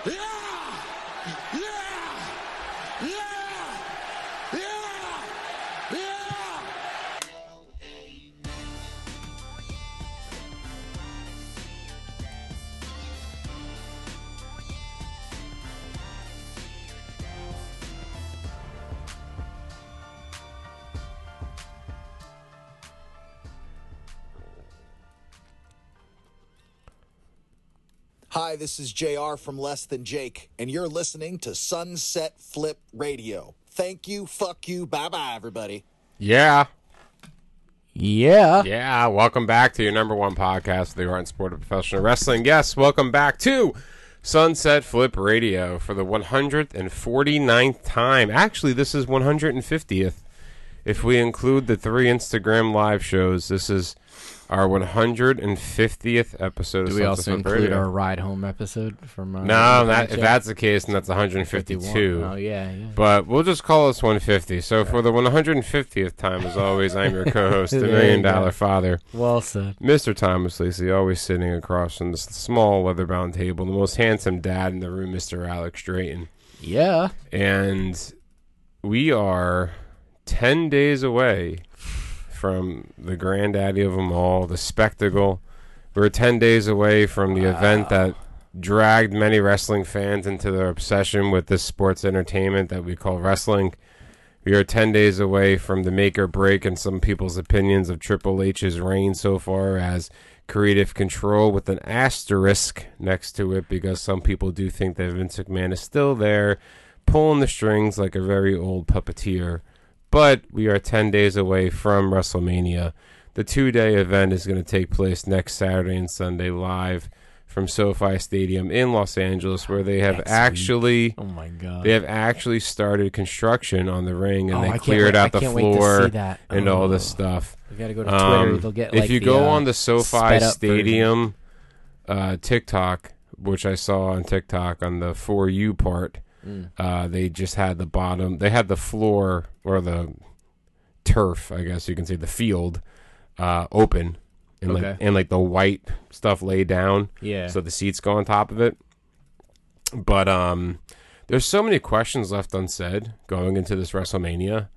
Yeah! Yeah! Yeah! Yeah! Yeah! Hi, this is JR from Less Than Jake, and you're listening to Sunset Flip Radio. Thank you, fuck you, bye bye, everybody. Yeah. Yeah. Yeah. Welcome back to your number one podcast, The Art and Sport of Professional Wrestling. Yes. Welcome back to Sunset Flip Radio for the 149th time. Actually, this is 150th. If we include the three Instagram live shows, this is our 150th episode Do of we Sunset also Flip include Radio. our ride home episode from? Uh, No, that, if Jack? that's the case, then that's 152. 51. Oh yeah, yeah. But we'll just call this 150. So for the 150th time, as always, I'm your co-host, the There you Million go. Dollar Father, Well said. Mr. Thomas Lacey, always sitting across from this small leather-bound table, the most handsome dad in the room, Mr. Alex Drayton, Yeah. and we are 10 days away from the granddaddy of them all, the spectacle. We're 10 days away from the event that dragged many wrestling fans into their obsession with this sports entertainment that we call wrestling. We are 10 days away from the make or break, in some people's opinions, of Triple H's reign so far as creative control with an asterisk next to it because some people do think that Vince McMahon is still there, pulling the strings like a very old puppeteer. But we are 10 days away from WrestleMania. The two day event is going to take place next Saturday and Sunday live from SoFi Stadium in Los Angeles, where they have Next week. actually. Oh my god. They have actually started construction on the ring and Oh, I they can't cleared wait- out I the can't wait to see floor that. and all this Oh. stuff. We gotta go to Twitter. Um, They'll get. if like, you the, go uh, on the SoFi sped up version. Stadium uh, TikTok, which I saw on TikTok on the for you part, Mm. uh, they just had the bottom. They had the floor or the turf, I guess you can say, the field uh, open, and like Okay. and like the white stuff laid down Yeah. so the seats go on top of it. But um, there's so many questions left unsaid going into this WrestleMania,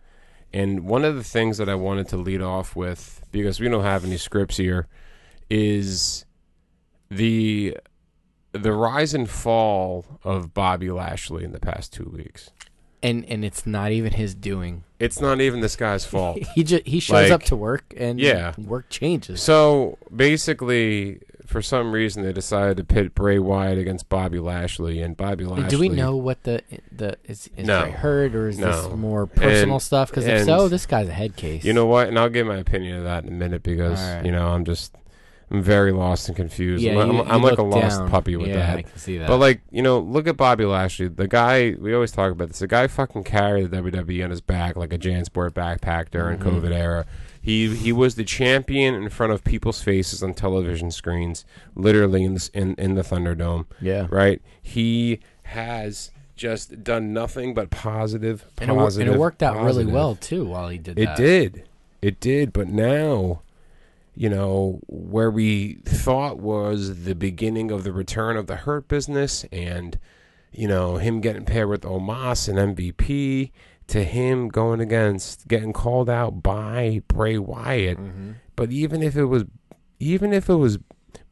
and one of the things that I wanted to lead off with because we don't have any scripts here is the the rise and fall of Bobby Lashley in the past two weeks. and and it's not even his doing. It's not even this guy's fault. He just he shows up Like, to work and yeah. work changes. So basically, for some reason, they decided to pit Bray Wyatt against Bobby Lashley, and Bobby Lashley. Do we know what the the is, is No. Bray hurt or is this No. more personal And- stuff? Because if and- so, this guy's a head case. You know what? And I'll give my opinion of that in a minute because All right. you know I'm just I'm very lost and confused. yeah, I'm, you- I'm- I'm you like a look lost down. puppy with yeah, that. I can see that. But like you know, look at Bobby Lashley. The guy we always talk about this. The guy fucking carried the WWE on his back like a JanSport backpack during Mm-hmm. COVID era. He he was the champion in front of people's faces on television screens, literally in this, in in the Thunderdome. Yeah. right. He has just done nothing but positive, and, it, wor- and positive, it worked out really positive. well too while he did. It that. did. It did. But now, you know, where we thought was the beginning of the return of the Hurt business and, you know, him getting paired with Omas and MVP to him going against, getting called out by Bray Wyatt. Mm-hmm. But even if it was, even if it was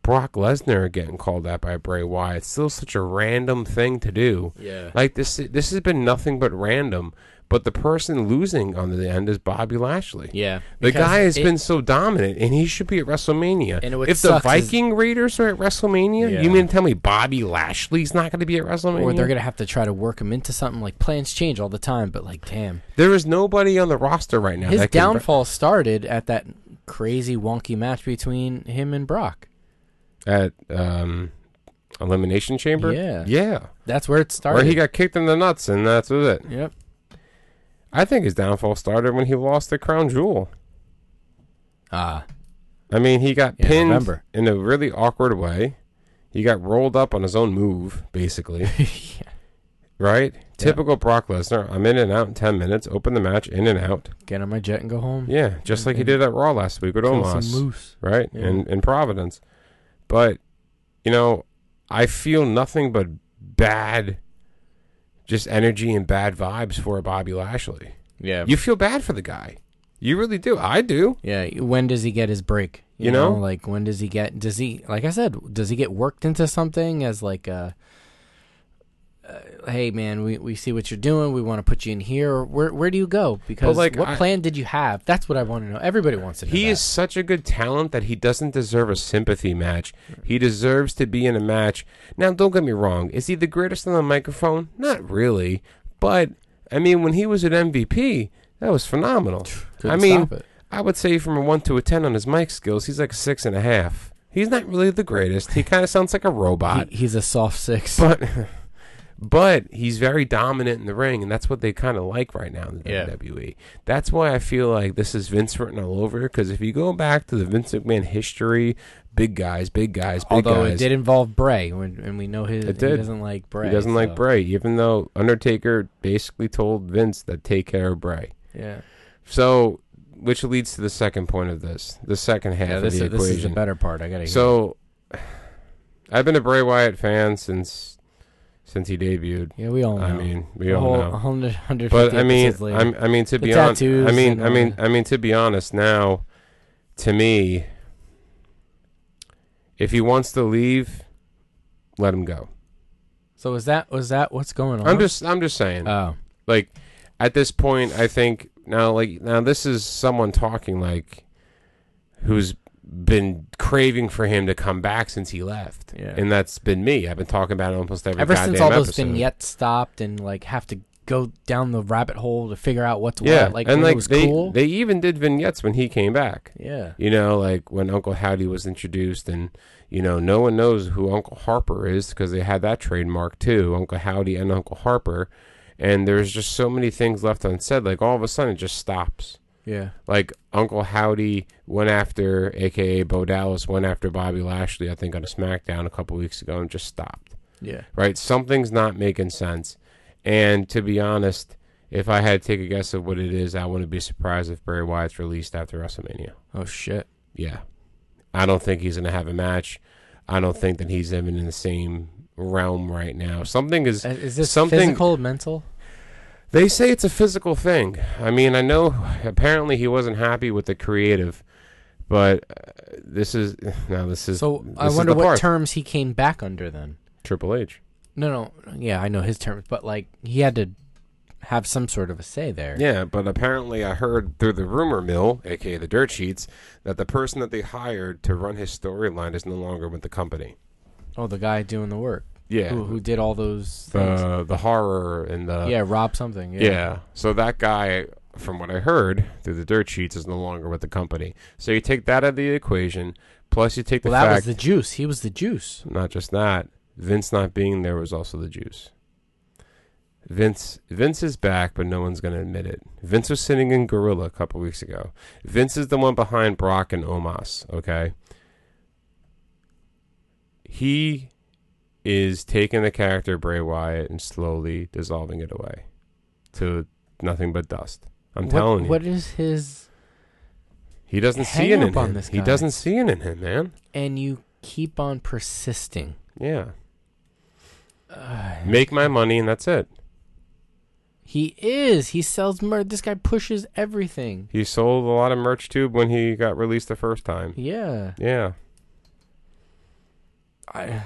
Brock Lesnar getting called out by Bray Wyatt, it's still such a random thing to do. Yeah. Like this, this has been nothing but random. But the person losing on the end is Bobby Lashley. Yeah. The Because guy has it- been so dominant, and he should be at WrestleMania. And what if the sucks is- Viking Raiders are at WrestleMania, Yeah. you mean to tell me Bobby Lashley's not going to be at WrestleMania? Or they're gonna have to try to work him into something. Like plans change all the time, but like, damn, There is nobody on the roster right now. his that can- downfall started at that crazy wonky match between him and Brock. at um, Elimination Chamber. Yeah. yeah, That's where it started. where he got kicked in the nuts, and that's was it. Yep. I think his downfall started when he lost the crown jewel. Ah. I mean, he got Yeah, I pinned remember. in a really awkward way. He got rolled up on his own move, basically. Right? Typical Brock Lesnar. I'm in and out in 10 minutes. Open the match, in and out. Get on my jet and go home. Yeah, just like he did at Raw last week with Mm-hmm. Kill Omos some moose. right? Yeah. In in Providence. But you know, I feel nothing but bad, just energy and bad vibes for Bobby Lashley. Yeah. You feel bad for the guy. You really do. I do. yeah. When does he get his break? You know? like when does he get? Does he like I said? Does he get worked into something as like a? Uh, hey man, we, we see what you're doing. We want to put you in here. Where where do you go? Because like, what I- plan did you have? That's what I want to know. Everybody wants to know. He that. is such a good talent that he doesn't deserve a sympathy match. He deserves to be in a match. Now, don't get me wrong. Is he the greatest on the microphone? Not really. But, I mean, when he was at MVP, that was phenomenal. I Couldn't mean, stop it. I would say from a 1 to a 10 on his mic skills, he's like a 6.5. He's not really the greatest. He kind of sounds like a robot. He- he's a soft six. but but he's very dominant in the ring, and that's what they kind of like right now in the Yeah. WWE. That's why I feel like this is Vince written all over. Because if you go back to the Vince McMahon history, big guys, big guys, big Although guys. it did involve Bray, when- and we know his It he did. doesn't like Bray. he doesn't so- like Bray, even though Undertaker basically told Vince that take care of Bray. Yeah, So, which leads to the second point of this, the second half yeah. of This, the is, this is the equation. better part. I gotta. hear. so, I've been a Bray Wyatt fan since since he debuted. yeah, we all know. I mean, we a all Oh, whole know. 100, 150 But I mean, episodes later. I'm, I mean to The be honest, tattoos I mean, and I all mean, that. I mean to be honest now. To me, if he wants to leave, let him go. so is that was that what's going on? I'm just, I'm just saying. Oh, like at this point, I think now, like now, this is someone talking like who's been craving for him to come back since he left, Yeah. and that's been me. I've been talking about it almost every ever goddamn since all those episode. vignettes stopped and like have to go down the rabbit hole to figure out what's yeah, what. Like and when like it was they cool. they even did vignettes when he came back. yeah. You know, like when Uncle Howdy was introduced, and you know, no one knows who Uncle Harper is because they had that trademark too, Uncle Howdy and Uncle Harper. And there's just so many things left unsaid. Like all of a sudden, it just stops. Yeah. Like Uncle Howdy went after, aka Bo Dallas, went after Bobby Lashley, I think, on a SmackDown a couple weeks ago, and just stopped. Yeah. Right? Something's not making sense. And to be honest, if I had to take a guess of what it is, I wouldn't be surprised if Bray Wyatt's released after WrestleMania. Oh shit. Yeah. I don't think he's going to have a match. I don't think that he's even in the same realm right now. Something is. Uh, Is this Something- physical, mental? They say it's a physical thing. I mean, I know apparently he wasn't happy with the creative, but uh, this is. Now, this is. So this I is wonder the what part. terms he came back under then. Triple H. No, no, yeah, I know his terms, but like he had to have some sort of a say there. Yeah, but apparently I heard through the rumor mill, aka the dirt sheets, that the person that they hired to run his storyline is no longer with the company. Oh, the guy doing the work. Yeah. Who, who did all those things? The the horror and the yeah, Rob something. Yeah. Yeah. So that guy, from what I heard through the dirt sheets, is no longer with the company. So you take that out of the equation. Plus, you take the Well, that was fact the juice. He was the juice. not just that Vince not being there was also the juice. Vince Vince is back, but no one's going to admit it. Vince was sitting in Gorilla a couple weeks ago. Vince is the one behind Brock and Omos. Okay. He is taking the character Bray Wyatt and slowly dissolving it away to nothing but dust. I'm What- telling you, What is his? he doesn't see hang it in up on him. this He guy? doesn't see it in him, man. And you keep on persisting. Yeah. Make my money and that's it. He is. He sells merch. This guy pushes everything. He sold a lot of merch too when he got released the first time. Yeah. Yeah, I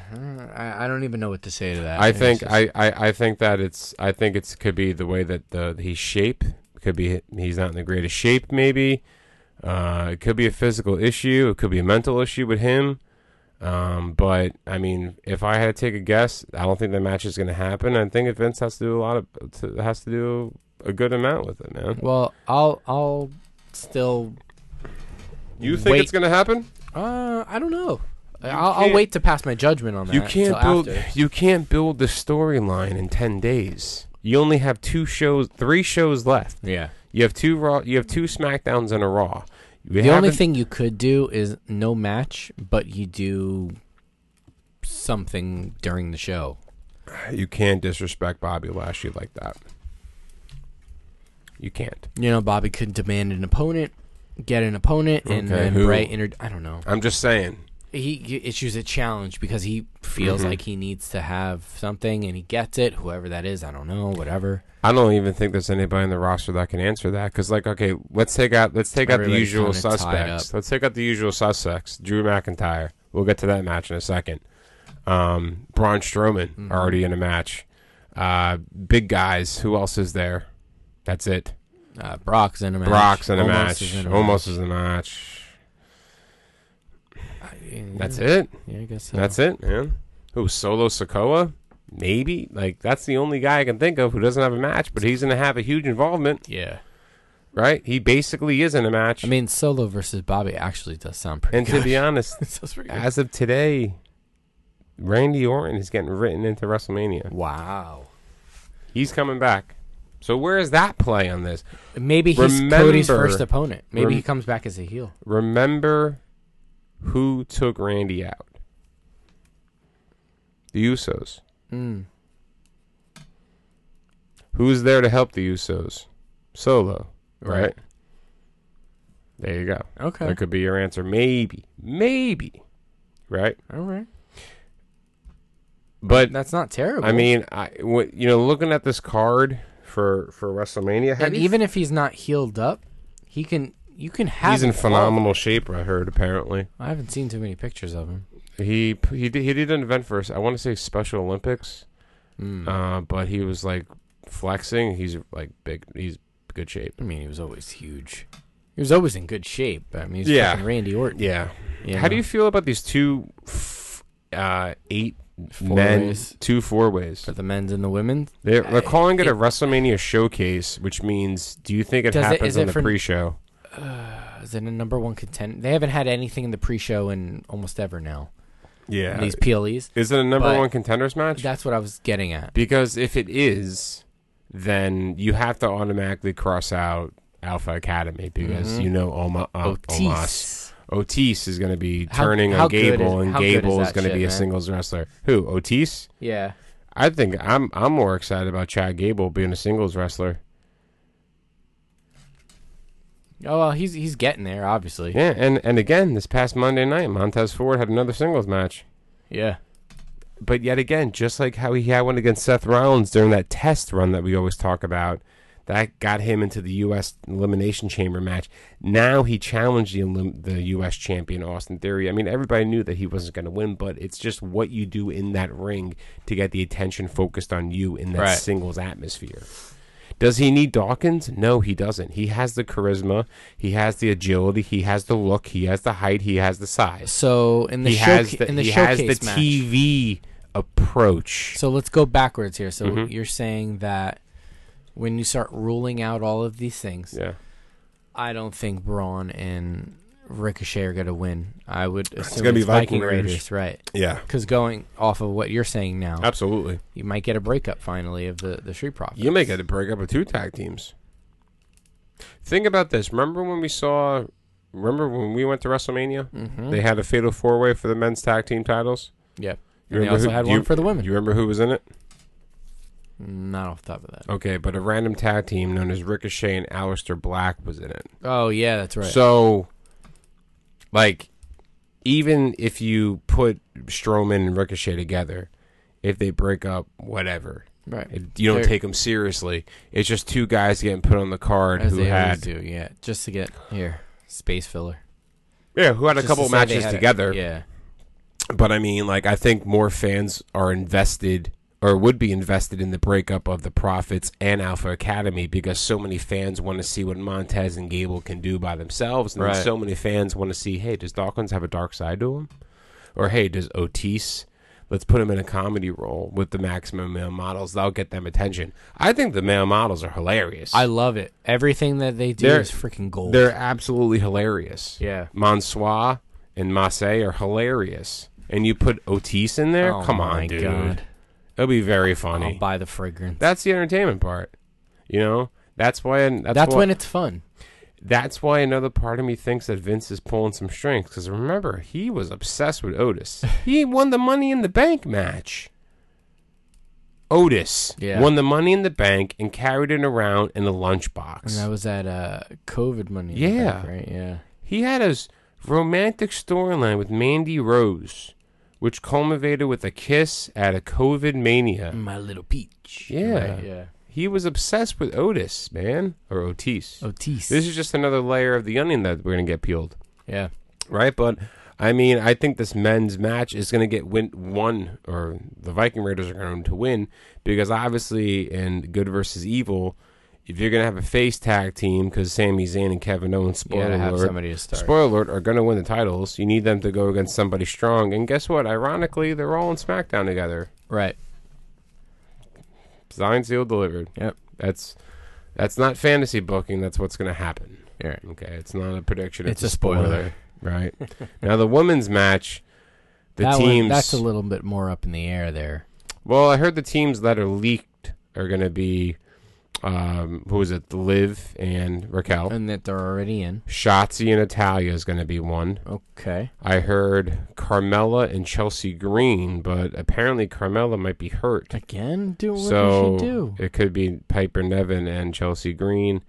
I, I don't even know what to say to that. I It's think just- I, I, I think that it's I think it's could be the way that the he's shape could be he's not in the greatest shape maybe. Uh, it could be a physical issue. It could be a mental issue with him. Um, but I mean, if I had to take a guess, I don't think the match is going to happen. I think Vince has to do a lot of to, has to do a good amount with it, man. Well, I'll I'll still. You think Wait. it's going to happen? Uh, I don't know. I'll, I'll can't- wait to pass my judgment on that. You can't till build after. you can't build the storyline in 10 days. You only have two shows, three shows left. Yeah. You have two raw, you have two smackdowns and a raw. We The only haven't- thing you could do is no match, but you do something during the show. you can't disrespect Bobby Lashley like that. You can't. You know, Bobby could demand an opponent, get an opponent, and Okay, then who- Bray entered. I don't know. I'm just saying. he g- issues a challenge because he feels Mm-hmm. like he needs to have something and he gets it. Whoever that is, I don't know, whatever. I don't even think there's anybody in the roster that can answer that because, like, okay, let's take out let's take out the Everybody's usual kinda tied suspects. Let's take out the usual suspects. Drew McIntyre. We'll get to that match in a second. Um, Braun Strowman Mm-hmm. already in a match. Uh, big guys. Who else is there? That's it. Uh, Brock's in a match. Brock's in a Almost match. is in a Almost is in a match. match. That's yeah, it. Yeah, I guess so. That's it, man. Who Solo Sokoa? Maybe like that's the only guy I can think of who doesn't have a match, but he's going to have a huge involvement, Yeah. right? He basically is in a match. I mean, Solo versus Bobby actually does sound pretty and good. to be honest, It sounds pretty good. as of today, Randy Orton is getting written into WrestleMania. Wow. He's coming back. So where is that play on this? Maybe he's Remember- Cody's first opponent. Maybe Rem- he comes back as a heel. Remember who took Randy out? The Usos. Mm. Who's there to help the Usos? Solo, right? Right. There you go. Okay. That could be your answer. Maybe, maybe, right? All right. But That's not terrible. I mean, I what- you know, looking at this card for for WrestleMania, how and do you even if he's not healed up, he can. You can have. He's in it all. phenomenal shape. I heard apparently I haven't seen too many pictures of him. he he did, he did an event for us. I want to say Special Olympics, Hmm. uh, but he was like flexing. He's like big. He's good shape. I mean, he was always huge. He was always in good shape. I mean, he's Yeah. fucking Randy Orton. Yeah. You How know? do you feel about these two f- uh, eight Four men ways. two four ways? For the men's and the women's, They're, they're calling it, a WrestleMania showcase, which means do you think it Does it- happens is on it the for- pre-show? is it a number one contender? They haven't had anything in the pre-show in almost ever now. Yeah. These PLEs. is it a number but- one contenders match? That's what I was getting at. Because if it is, then you have to automatically cross out Alpha Academy because you know Oma, uh, Omas. Mm-hmm. Otis. Otis is going to be How- turning how on good is- Gable, and how good is Gable is that going to shit, be a man? singles wrestler. Who Otis? Yeah. I think I'm I'm more excited about Chad Gable being a singles wrestler. Oh well, he's he's getting there, obviously. Yeah, and and again, this past Monday night, Montez Ford had another singles match. Yeah. But yet again, just like how he had one against Seth Rollins during that test run that we always talk about, that got him into the U.S. Elimination Chamber match. Now he challenged the, elim- the U.S. champion, Austin Theory. I mean, everybody knew that he wasn't going to win, but it's just what you do in that ring to get the attention focused on you in that Right. singles atmosphere. Does he need Dawkins? No, he doesn't. He has the charisma, he has the agility, he has the look, he has the height, he has the size So in the he show, has the, in the he has showcase the match. TV approach. So let's go backwards here. So Mm-hmm. you're saying that when you start ruling out all of these things, yeah, I don't think Braun and Ricochet are going to win. I would assume it's gonna be Viking, Viking Raiders, Raiders. right? yeah, Because going off of what you're saying now, absolutely. you might get a breakup finally of the the Street Profits. You may get a breakup of two tag teams. Think about this. Remember when we saw? Remember when we went to WrestleMania? Mm-hmm. They had a fatal four way for the men's tag team titles. Yep. You And they remember also who- had do one you- for the Do women. you remember who was in it? Not off the top of that. Okay, but a random tag team known as Ricochet and Aleister Black was in it. Oh yeah, that's right. So, like, even if you put Strowman and Ricochet together, if they break up, whatever, right. it, you don't 'em They're- take them seriously. It's just two guys getting put on the card as who they had always do. Yeah, just to get here space filler. yeah who had a Just couple to say they matches had a- together. yeah. But I mean, like, I think more fans are invested or would be invested in the breakup of the Profits and Alpha Academy because so many fans want to see what Montez and Gable can do by themselves. And then Right. so many fans want to see, hey, does Dawkins have a dark side to him? Or hey, does Otis? Let's put him in a comedy role with the maximum male models. That'll get them attention. I think the male models are hilarious. I love it. Everything that they do They're- is freaking gold. They're absolutely hilarious. Yeah. Mansois and Masse are hilarious. And you put Otis in there? Oh Come on, my dude. God. It'll be very I'll funny. buy the fragrance. that's the entertainment part. You know? That's why that's, that's why, when it's fun. that's why another part of me thinks that Vince is pulling some strings cuz remember, he was obsessed with Otis. he won the money in the bank match. Otis Yeah. won the money in the bank and carried it around in a lunchbox. And that was at uh, COVID money. in the Yeah. Bank, right. Yeah. He had us romantic storyline with Mandy Rose, which culminated with a kiss at a COVID mania. My little peach. Yeah. Mm. Right, yeah. He was obsessed with Otis, man, or Otis. Otis. This is just another layer of the onion that we're gonna get peeled, yeah. right? But I mean, I think this men's match is gonna get win one, or the Viking Raiders are going to win because obviously in Good versus Evil, if you're gonna have a face tag team, because Sami Zayn and Kevin Owens, You spoiler gotta have alert, somebody to start. spoiler alert, are going to win the titles. You need them to go against somebody strong. And guess what? Ironically, they're all in SmackDown together. right. Signed, sealed, delivered. Yep. That's that's not fantasy booking. That's what's going to happen. Yeah. Okay, it's not a prediction. It's a spoiler. right? now the women's match, the that one- teams. that's a little bit more up in the air there. well, I heard the teams that are leaked are going to be, um, who is it? Liv and Raquel. And that they're already in. Shotzi and Italia is going to be one. Oh. Okay. I heard Carmella and Chelsea Green, but apparently Carmella might be hurt. Again? Do what so did she do? it could be Piper Nevin and Chelsea Green,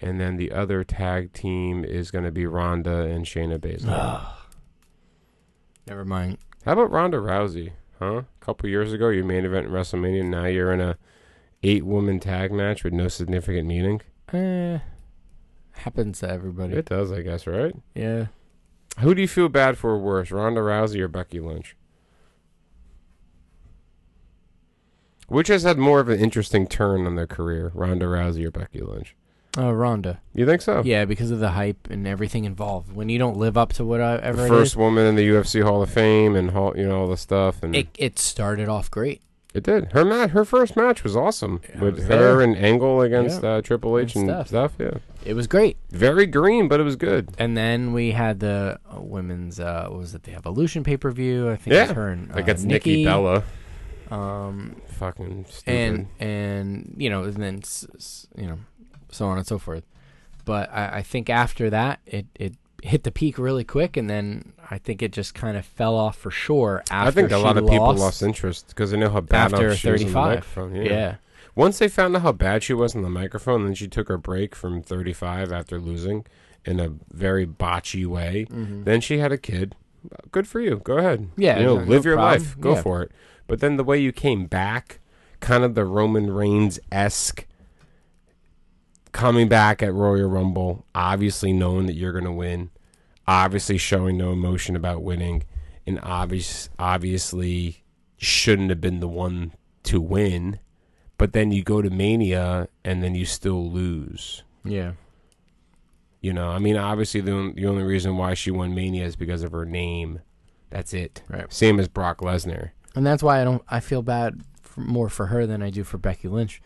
and then the other tag team is going to be Ronda and Shayna Baszler. Never mind. How about Ronda Rousey? Huh? A couple years ago, your main event in WrestleMania. Now you're in a eight woman tag match with no significant meaning. Eh. Happens to everybody. It does, I guess, right? yeah. Who do you feel bad for worse, Ronda Rousey or Becky Lynch? Which has had more of an interesting turn on their career, Ronda Rousey or Becky Lynch? Oh, Rhonda. You think so? Yeah, because of the hype and everything involved. When you don't live up to The whatever first woman in the UFC Hall of Fame and hall, you know all the stuff, it and is, it, it, it started off great. did. Her match, her first match was awesome Yeah, I with was her there. and Angle against Yeah. uh, Triple H and, And stuff. Steph. Yeah, It was great. very green, but it was good. And then we had the uh, women's, uh, what was it, the Evolution pay per view? I think it Yeah. was her and uh, Like it's Nikki, Bella, Um, fucking stupid. and and you know, and then s- s- you know, so on and so forth. But I, I think after that, it it hit the peak really quick, and then I think it just kind of fell off for sure. After I think a she lot of people lost, lost interest because they know how bad after she was on thirty the five. microphone. yeah. Once they found out how bad she was on the microphone, then she took her break from 35 after losing in a very botchy way. Then she had a kid. Good for you. Go ahead. Mm-hmm. Yeah, You know, no- no live your problem. life. Go Yeah. for it. But then the way you came back, kind of the Roman Reigns esque coming back at Royal Rumble, obviously knowing that you're going to win, obviously showing no emotion about winning, and obvious, obviously shouldn't have been the one to win. But then you go to Mania and then you still lose. yeah. You know, I mean, obviously the, on- the only reason why she won Mania is because of her name. That's it. Right. Same as Brock Lesnar. And that's why I don't. I feel bad for, more for her than I do for Becky Lynch.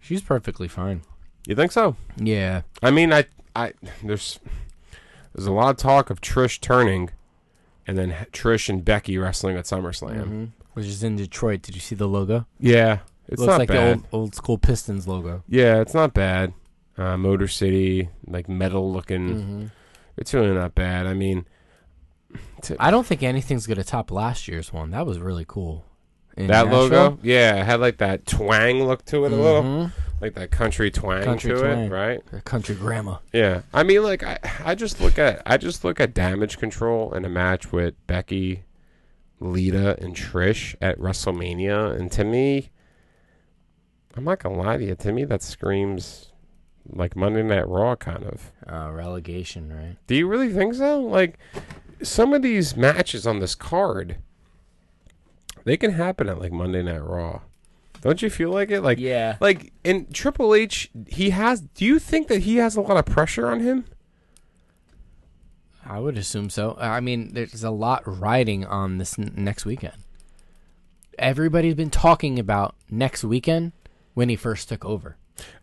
She's perfectly fine. You think so? Yeah. I mean, I, I, there's, there's a lot of talk of Trish turning, and then H- Trish and Becky wrestling at SummerSlam. Mhm. Which is in Detroit. Did you see the logo? Yeah, it's Looks not like the bad. old, old school Pistons logo. Yeah, it's not bad. Uh, Motor City, like metal looking. Mm. It's really not bad. I mean, I don't think anything's gonna top last year's one. That was really cool. In that Nashville? logo, yeah, it had like that twang look to it a little, Mhm. like that country twang Country to it, twang. right? Her country grandma. Yeah, I mean, like I, I just look at, I just look at damage control in a match with Becky, Lita, and Trish at WrestleMania, and to me, I'm not gonna lie to you. To me, that screams like Monday Night Raw kind of. Uh, relegation, right? Do you really think so? Like some of these matches on this card, they can happen at like Monday Night Raw. Don't you feel like it? Like Yeah. like in Triple H, he has. Do you think that he has a lot of pressure on him? I would assume so. Uh, I mean, there's a lot riding on this n- next weekend. Everybody's been talking about next weekend when he first took over.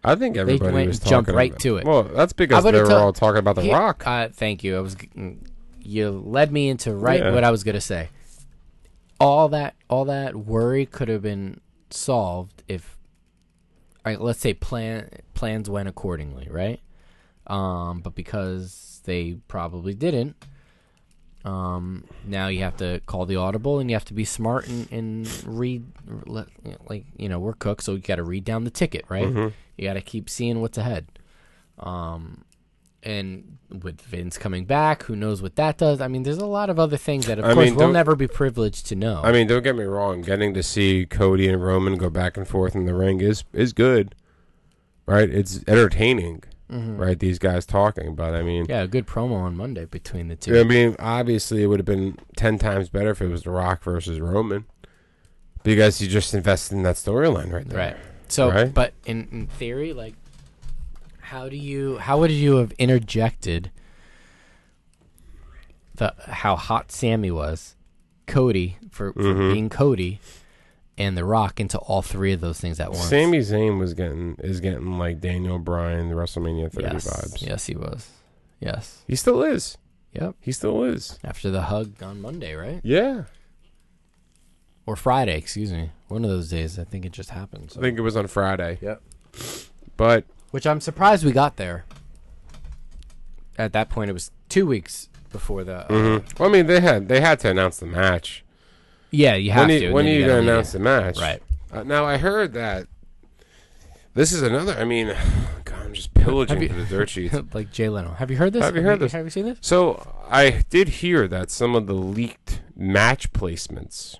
I think everybody went was and jumped talking right about- to it. Well, that's because I they would've were to- all talking about the Here- Rock. Uh, thank you. I was, g- mm, you led me into right Yeah. what I was gonna say. All that, all that worry could have been solved if, all right, let's say plan plans went accordingly, right? Um, but because they probably didn't, um, now you have to call the audible and you have to be smart and, and read, let, like you know, we're cooks, Mm-hmm. so you got to read down the ticket, right? You got to keep seeing what's ahead. Um, and with Vince coming back, who knows what that does? I mean, there's a lot of other things that, of I course, mean, we'll don't- never be privileged to know. I mean, don't get me wrong. Getting to see Cody and Roman go back and forth in the ring is is good, right? It's entertaining, Mm-hmm. right? These guys talking, but I mean, yeah, a good promo on Monday between the two. I mean, obviously, it would have been ten times better if it was The Rock versus Roman, because you just invested in that storyline right there. Right. So, Right? but in, in theory, like, how do you, how would you have interjected the how hot Sammy was, Cody for, for Mm-hmm. being Cody, and The Rock into all three of those things at once? Sami Zayn was getting is getting like Daniel Bryan the WrestleMania 30 yes. vibes. Yes, he was. Yes. He still is. Yep. He still is. After the hug on Monday, right? Yeah. Or Friday, excuse me. One of those days. I think it just happened. I So. think it was on Friday. Yep. But Which I'm surprised we got there. At that point, it was two weeks before the. uh, well, I mean, they had they had to announce the match. Yeah, you have When, to. you, and when are then you gotta going to leave announce it. the match? Right. Uh, now I heard that this is another. I mean, God, I'm just pillaging Have you- for the dirt sheets. like Jay Leno. Have you heard this? Have you heard this? Have you seen this? So I did hear that some of the leaked match placements.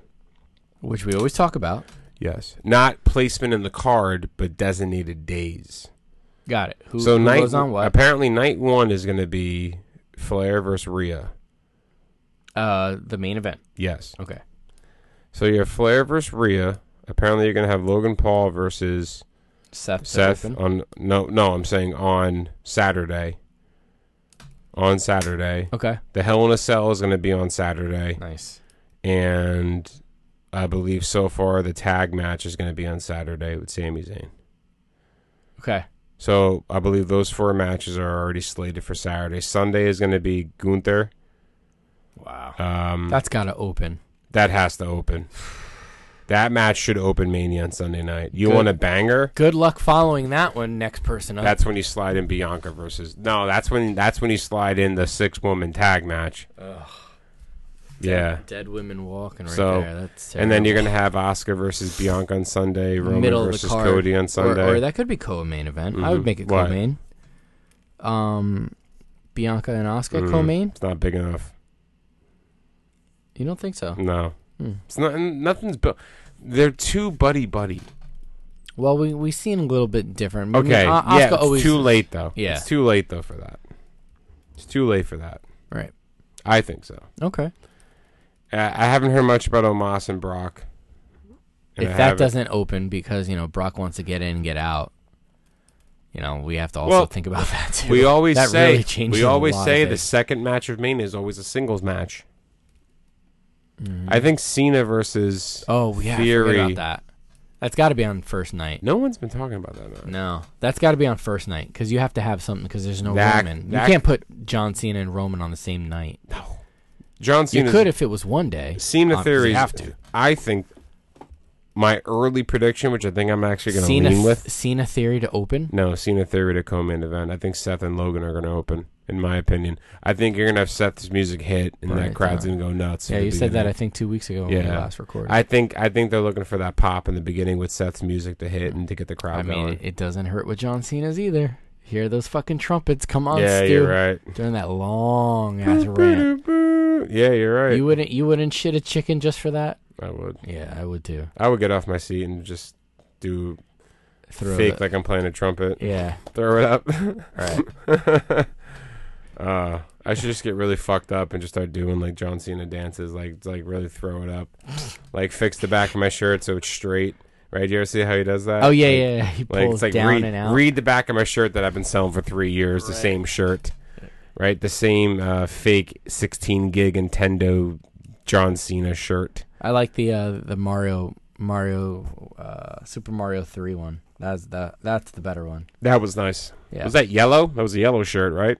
Which we always talk about. Yes. Not placement in the card, but designated days. Got it. Who, So who night goes on what? apparently night one is going to be Flair versus Rhea. Uh, the main event. Yes. Okay. So you have Flair versus Rhea. Apparently you're going to have Logan Paul versus Seth. Seth Open. on no no I'm saying on Saturday. On Saturday, Okay. the Hell in a Cell is going to be on Saturday, Nice. and I believe so far the tag match is going to be on Saturday with Sami Zayn. Okay. So I believe those four matches are already slated for Saturday. Sunday is going to be Gunther. Wow. Um, That's gotta open. That has to open. That match should open Mania on Sunday night. You Good. Uh, want a banger? Good luck following that one. Next person up. That's when you slide in Bianca versus. No, that's when that's when you slide in the six woman tag match. Yeah. dead women walking right So, there. That's terrible. And then you're gonna have Oscar versus Bianca on Sunday, Roman middle versus of the card. Cody on Or- Sunday. Or, that could be co-main event. I Mhm. would make it Why? co-main. Um, Bianca and Oscar Mm-hmm. co-main. it's not big enough. You don't think so? No, Hmm. it's not. Nothing's built. They're too buddy buddy. Well, we we seen a little bit different. I mean, Okay, O- yeah, Mm, uh, Asuka it's too late though. Yeah. it's too late though for that. It's too late for that. Right. I think so. Okay. Uh, I haven't heard much about Omos and Brock. And I if that haven't- doesn't open because you know Brock wants to get in and get out, you know we have to also Well, think about that too. we always that say really changes we a always lot of say the things. second match of Mania is always a singles match. I think Cena versus Mm-hmm. Oh yeah, I Theory. forgot about that. That's got to be on first night. no one's been talking about that. Match. No, that's got to be on first night because you have to have something because there's no That- Roman. that- you can't put John Cena and Roman on the same night. John Cena You could if it was one day. Cena Uh, 'cause you theory. have to. I think my early prediction, which I think I'm actually going to Cena, lean with, Cena theory to open. No, Cena Theory to co-main event. I think Seth and Logan are going to open, in my opinion. I think you're going to have Seth's music hit, and Right, that crowd's right. going to go nuts. Yeah, in the you said that I beginning. think two weeks ago when we Yeah. last recorded. I think I think they're looking for that pop in the beginning with Seth's music to hit and to get the crowd I mean, going. it, it doesn't hurt with John Cena's either. Hear those fucking trumpets? Come on, yeah, Stu. you're right. During that long ass rant, Yeah, you're right. you wouldn't you wouldn't shit a chicken just for that? I would. Yeah, I would too. I would get off my seat and just do Throw fake the- like I'm playing a trumpet. yeah, Throw it up. right. Uh, I should just get really fucked up and just start doing like John Cena dances, like like really throw it up, like fix the back of my shirt so it's straight. Right? You ever see how he does that? Oh yeah, Like- yeah. yeah. He Like pulls it's like down read, and out. read the back of my shirt that I've been selling for three years, the same shirt, right? The same uh, fake 16 gig Nintendo John Cena shirt. I like the uh, the Mario Mario uh, Super Mario Three one. That's the that's the better one. That was nice. Yeah. Was that yellow? That was a yellow shirt, right?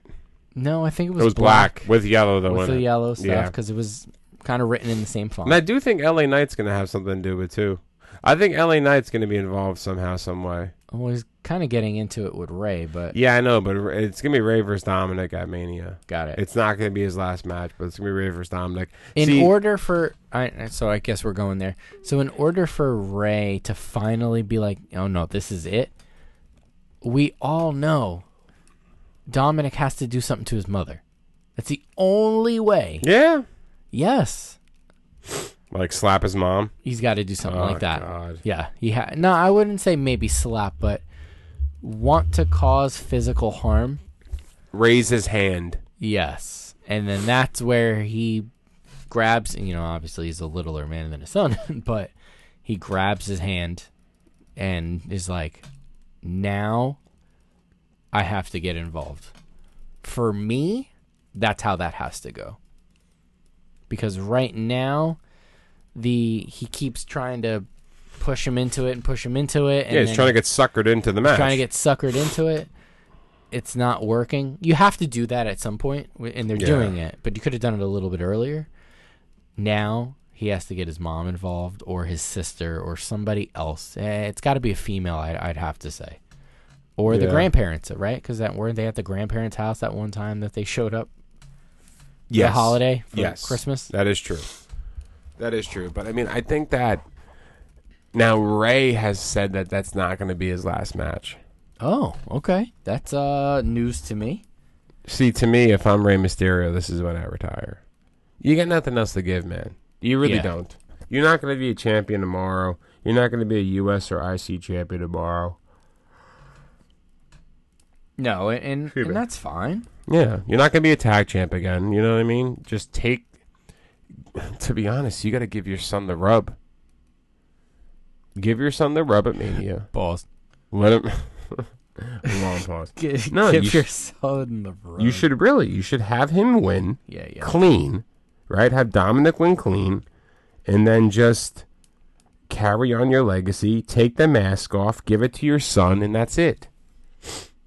No, I think it was, It was black, with yellow though. with in the it. yellow stuff Yeah. because it was kind of written in the same font. And I do think LA Knight's gonna have something to do with it too. I think LA Knight's gonna be involved somehow, some way. I was kind of getting into it with Ray, but Yeah, I know, but it's gonna be Ray versus Dominic at Mania. got it. It's not gonna be his last match, but it's gonna be Ray versus Dominic. in See, order for I I- so I guess we're going there. So in order for Ray to finally be like, "Oh no, this is it." We all know Dominic has to do something to his mother. That's the only way. Yeah. Yes. Like slap his mom. He's got to do something Oh, like that. God. Yeah, he ha- no, I wouldn't say maybe slap, but want to cause physical harm. Raise his hand. Yes, and then that's where he grabs. You know, obviously he's a littler man than his son, but he grabs his hand and is like, "Now, I have to get involved." For me, that's how that has to go. Because right now, the he keeps trying to push him into it and push him into it. And Yeah, he's then trying to get suckered into the match. trying to get suckered into it. It's not working. You have to do that at some point, w- and they're Yeah. doing it. But you could have done it a little bit earlier. Now he has to get his mom involved, or his sister, or somebody else. Eh, it's got to be a female. I'd, I'd have to say, or the Yeah. grandparents, uh, right? Because that weren't they at the grandparents' house that one time that they showed up for yes. the holiday for yes. Christmas? That is true. That is true. But I mean, I think that now Ray has said that that's not going to be his last match. Oh, okay, that's uh news to me. See, to me, if I'm Ray Mysterio, this is when I retire. You got nothing else to give, man. You really Yeah. don't. You're not going to be a champion tomorrow. You're not going to be a U.S. or IC champion tomorrow. No, and- and, Excuse me. and that's fine. Yeah, you're not going to be a tag champ again. You know what I mean? Just take. To be honest, you got to give your son the rub. Give your son the rub at Mania. Balls. Let him. Long pause. Give, No, give you sh- your son the road. You should really. You should have him win Yeah, yeah. clean, right? Have Dominic win clean, and then just carry on your legacy. Take the mask off. Give it to your son, and that's it.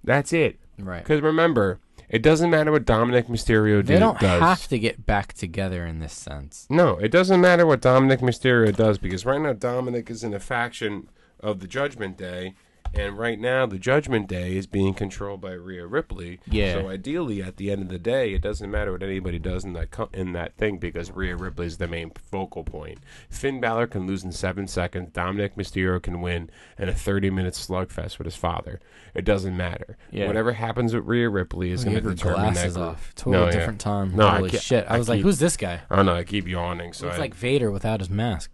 That's it. Right. Because remember, it doesn't matter what Dominic Mysterio do, They don't does. have to get back together in this sense. No, it doesn't matter what Dominic Mysterio does because right now Dominic is in a faction of the Judgment Day, and right now the Judgment Day is being controlled by Rhea Ripley. Yeah. So ideally, at the end of the day, it doesn't matter what anybody does in that co- in that thing because Rhea Ripley is the main focal point. Finn Balor can lose in seven seconds. Dominic Mysterio can win in a thirty-minute slugfest with his father. It doesn't matter. Yeah. Whatever happens with Rhea Ripley is He going to had her determine that. glasses group. off. Totally yeah. different time. No, I Holy can't- shit. I, was like, keep- who's this guy? I don't know. I keep yawning. So It's I, like Vader without his mask.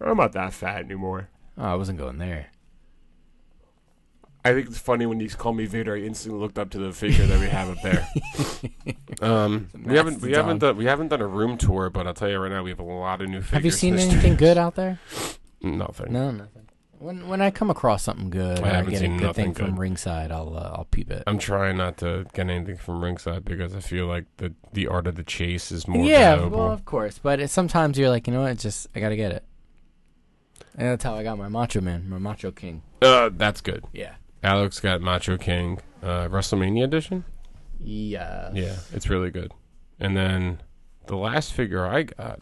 I'm not that fat anymore. Oh, I wasn't going there. I think it's funny when you call me Vader. I instantly looked up to the figure that we have up there. um, we haven't we haven't mastodon. done we haven't done a room tour, but I'll tell you right now, we have a lot of new figures. Have you seen this- anything good out there? Nothing. No, nothing. When when I come across something good, I or I haven't get a seen good nothing thing from good. ringside, I'll uh, I'll peep it. I'm trying not to get anything from ringside because I feel like the the art of the chase is more yeah, valuable. well, of course. But it, sometimes you're like, you know what? It's just I gotta get it. And that's how I got my Macho Man, my Macho King. uh, that's good. Yeah. Alex got Macho King uh, WrestleMania edition. Yeah. Yeah, it's really good. And then the last figure I got,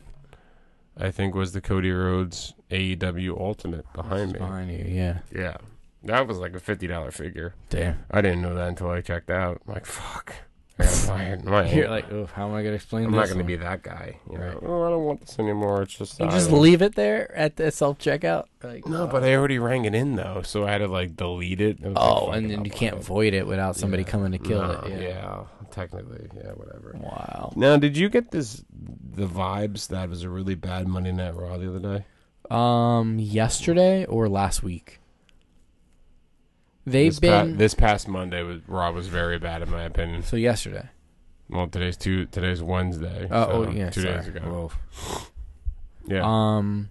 I think, was the Cody Rhodes AEW Ultimate behind me. Behind you. Yeah. Yeah. That was like a fifty dollar figure. Damn. I didn't know that until I checked out. I'm like, fuck. I gotta buy it. No, I ain't. You're like, oof, how am I gonna explain Oh. I'm this? not gonna one? be that guy. You know, Right. oh, I don't want this anymore. It's just You I just don't- leave it there at the self checkout. Like, oh, No, but I already rang it in though, so I had to like delete it. I was like, oh, fuck and it, then I'll you buy can't it. void it without somebody coming to kill No, it. Yeah. yeah, technically, yeah, whatever. Wow. Now, did you get this? The vibes that was a really bad Monday Night Raw the other day. Um, yesterday or last week, they've this pa- been this past Monday was Raw was very bad in my opinion. so yesterday. Well, today's two today's Wednesday. Uh, so oh yeah, two sorry. days ago. Whoa. Yeah. Um,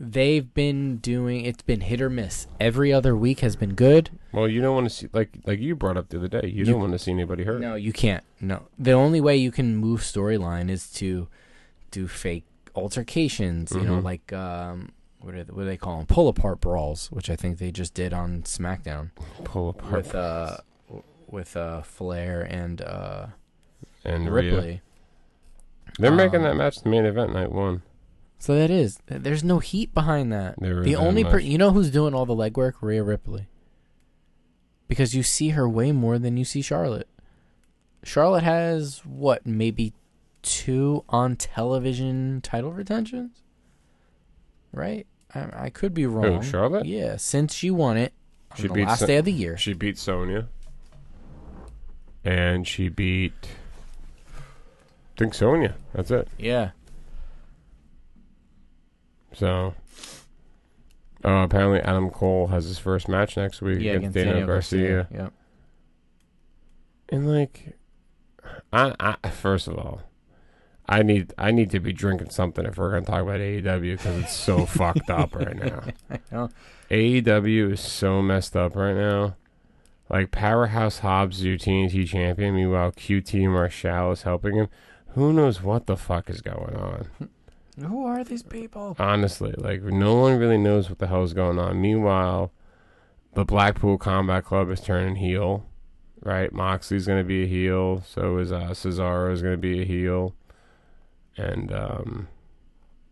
they've been doing. It's been hit or miss. Every other week has been good. well, you don't want to see like like you brought up the other day. You, don't want to see anybody hurt. No, you can't. No. The only way you can move storyline is to do fake altercations, you Mm-hmm. know, like um what are what do they call them? Pull apart brawls, which I think they just did on SmackDown Pull apart with uh w- with uh Flair and uh and Rhea. Ripley. Um, They're making that match the main event night one. So that is th- there's no heat behind that. There the isn't only per- much. you know who's doing all the legwork, Rhea Ripley. Because you see her way more than you see Charlotte. Charlotte has what, maybe two on television title retentions, right? I, I could be wrong. Charlotte? Yeah, since she won it on She the beat last Sa- day of the year. She beat Sonya. and she beat. I think Sonya. That's it. Yeah. So. Uh, apparently, Adam Cole has his first match next week Yeah, against, Daniel Garcia. Yep. And like, I, I first of all, I need I need to be drinking something if we're gonna talk about AEW because it's so fucked up right now. I know. AEW is so messed up right now. Like Powerhouse Hobbs is your TNT champion, meanwhile QT Marshall is helping him. Who knows what the fuck is going on? Who are these people? Honestly, like no one really knows what the hell is going on. Meanwhile, the Blackpool Combat Club is turning heel, right? Moxley's going to be a heel. So is uh, Cesaro is going to be a heel, and um,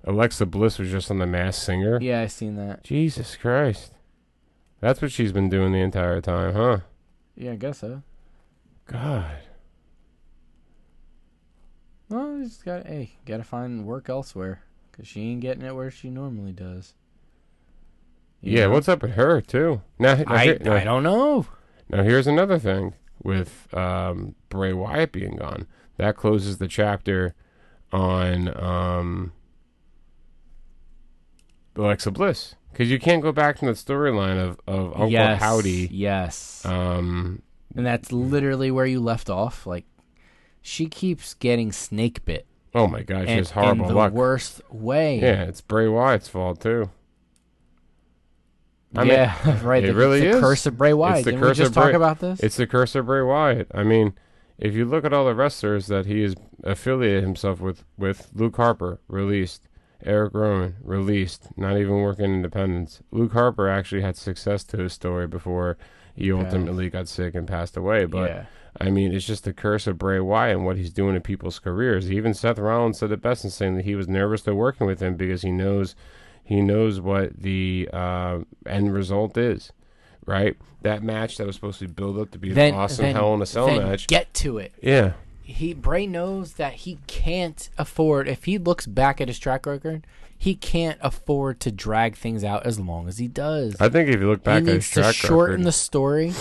Alexa Bliss was just on the Mass Singer. Yeah, I seen that. Jesus Christ. That's what she's been doing the entire time, huh? Yeah, I guess so. God. Well, you just got hey, got to find work elsewhere because she ain't getting it where she normally does. You Yeah, know? what's up with her too? Now, now I here- now- I don't know. now here's another thing with um, Bray Wyatt being gone. That closes the chapter on um, Alexa Bliss because you can't go back to the storyline of of Uncle yes, Oh, Howdy. Yes. Um, and that's literally where you left off. Like, she keeps getting snake bit. oh my gosh, and, it's horrible in the luck. worst way. Yeah, it's Bray Wyatt's fault too. I mean, yeah, right. it the, really is. it's the curse of Bray Wyatt. the Didn't curse we just of talk Bray- about this? It's the curse of Bray Wyatt. I mean, if you look at all the wrestlers that he has affiliated himself with, with Luke Harper released, Eric Rowan released, not even working independence. Luke Harper actually had success to his story before he Okay. ultimately got sick and passed away. But yeah. I mean, it's just the curse of Bray Wyatt and what he's doing to people's careers. Even Seth Rollins said it best in saying that he was nervous to working with him because he knows he knows what the uh, end result is. Right, that match that was supposed to build up to be Then, an awesome then- Hell in a Cell then match. Get to it. yeah, He Bray knows that he can't afford. If he looks back at his track record, he can't afford to drag things out as long as he does. I think if you look back he at his needs to track shorten record, the story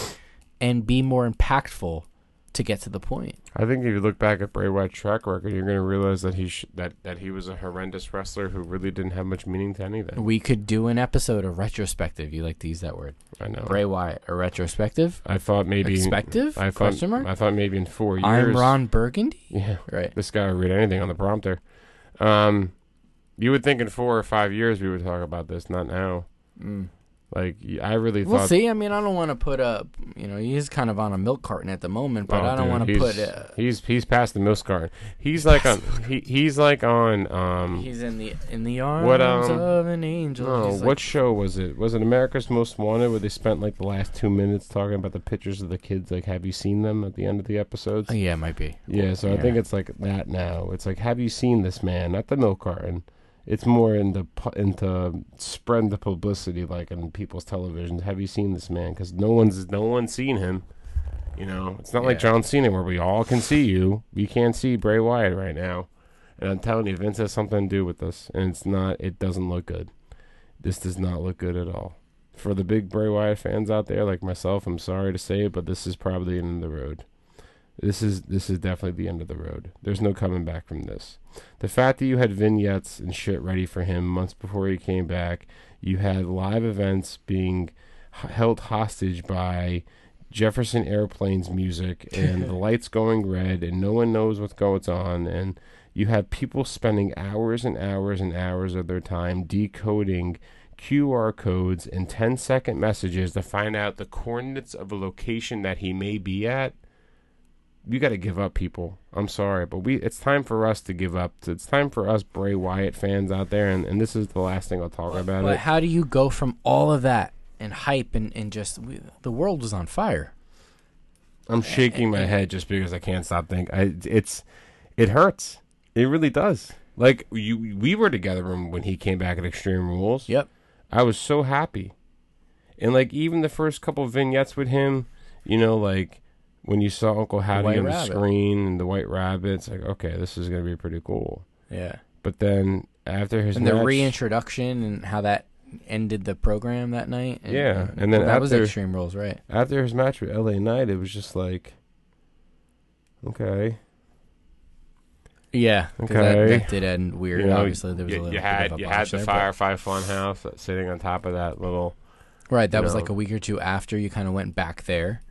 and be more impactful to get to the point. I think if you look back at Bray Wyatt's track record, you're going to realize that he sh- that that he was a horrendous wrestler who really didn't have much meaning to anything. We could do an episode of retrospective. You like to use that word, I know. Bray Wyatt, a retrospective. I thought maybe Expective? I thought Question mark? I thought maybe in four years. I'm Ron Burgundy. Yeah. Right. This guy would read anything on the prompter. Um, you would think in four or five years we would talk about this, not now. Mm. Like y- I really We'll thought. see. I mean, I don't want to put a, you know, he's kind of on a milk carton at the moment, but Oh, I don't dude, want to he's- put. uh, A, he's he's past the milk card. He's like on. He, he's like on. Um. he's in the in the arms What, um, of an angel. Oh, He's like- what show was it? Was it America's Most Wanted where they spent like the last two minutes talking about the pictures of the kids? Like, have you seen them at the end of the episodes? Oh, yeah, it might be. Yeah, so I Yeah. think it's like that now. It's like, have you seen this man? Not the milk carton. It's more into pu- into spread the publicity, like in people's televisions. Have you seen this man? Because no one's no one's seen him. You know, it's not like Yeah. John Cena where we all can see you. You can't see Bray Wyatt right now. And I'm telling you, Vince has something to do with this, and it's not. It doesn't look good. This does not look good at all. For the big Bray Wyatt fans out there, like myself, I'm sorry to say it, but this is probably the end of the road. This is this is definitely the end of the road. There's no coming back from this. The fact that you had vignettes and shit ready for him months before he came back, you had live events being h- held hostage by Jefferson Airplane's music and the lights going red and no one knows what's going on and you have people spending hours and hours and hours of their time decoding QR codes and 10 second messages to find out the coordinates of a location that he may be at you got to give up, people. I'm sorry, but we it's time for us to give up. It's time for us Bray Wyatt fans out there, and, and this is the last thing I'll talk about But it. how do you go from all of that and hype and and just we, the world was on fire? I'm shaking my head just because I can't stop thinking. I, it's it hurts. It really does. Like you, we were together when when he came back at Extreme Rules. Yep. I was so happy. And like even the first couple vignettes with him, you know, like when you saw Uncle Howdy White on the Rabbit. screen and the White Rabbits, like okay, this is gonna be pretty cool. Yeah. But then after his And the match- reintroduction and how that ended the program that night. And, Yeah, and then that was after- Extreme Rules, right? after his match with LA Knight, it was just like Okay. Yeah. 'cause that- Okay. That, did end weird. You know, Obviously, there was you, a little you bit had of a you had botch the there, but- Firefly Funhouse that's sitting on top of that little. Right, that you was know. like a week or two after you kind of went back there.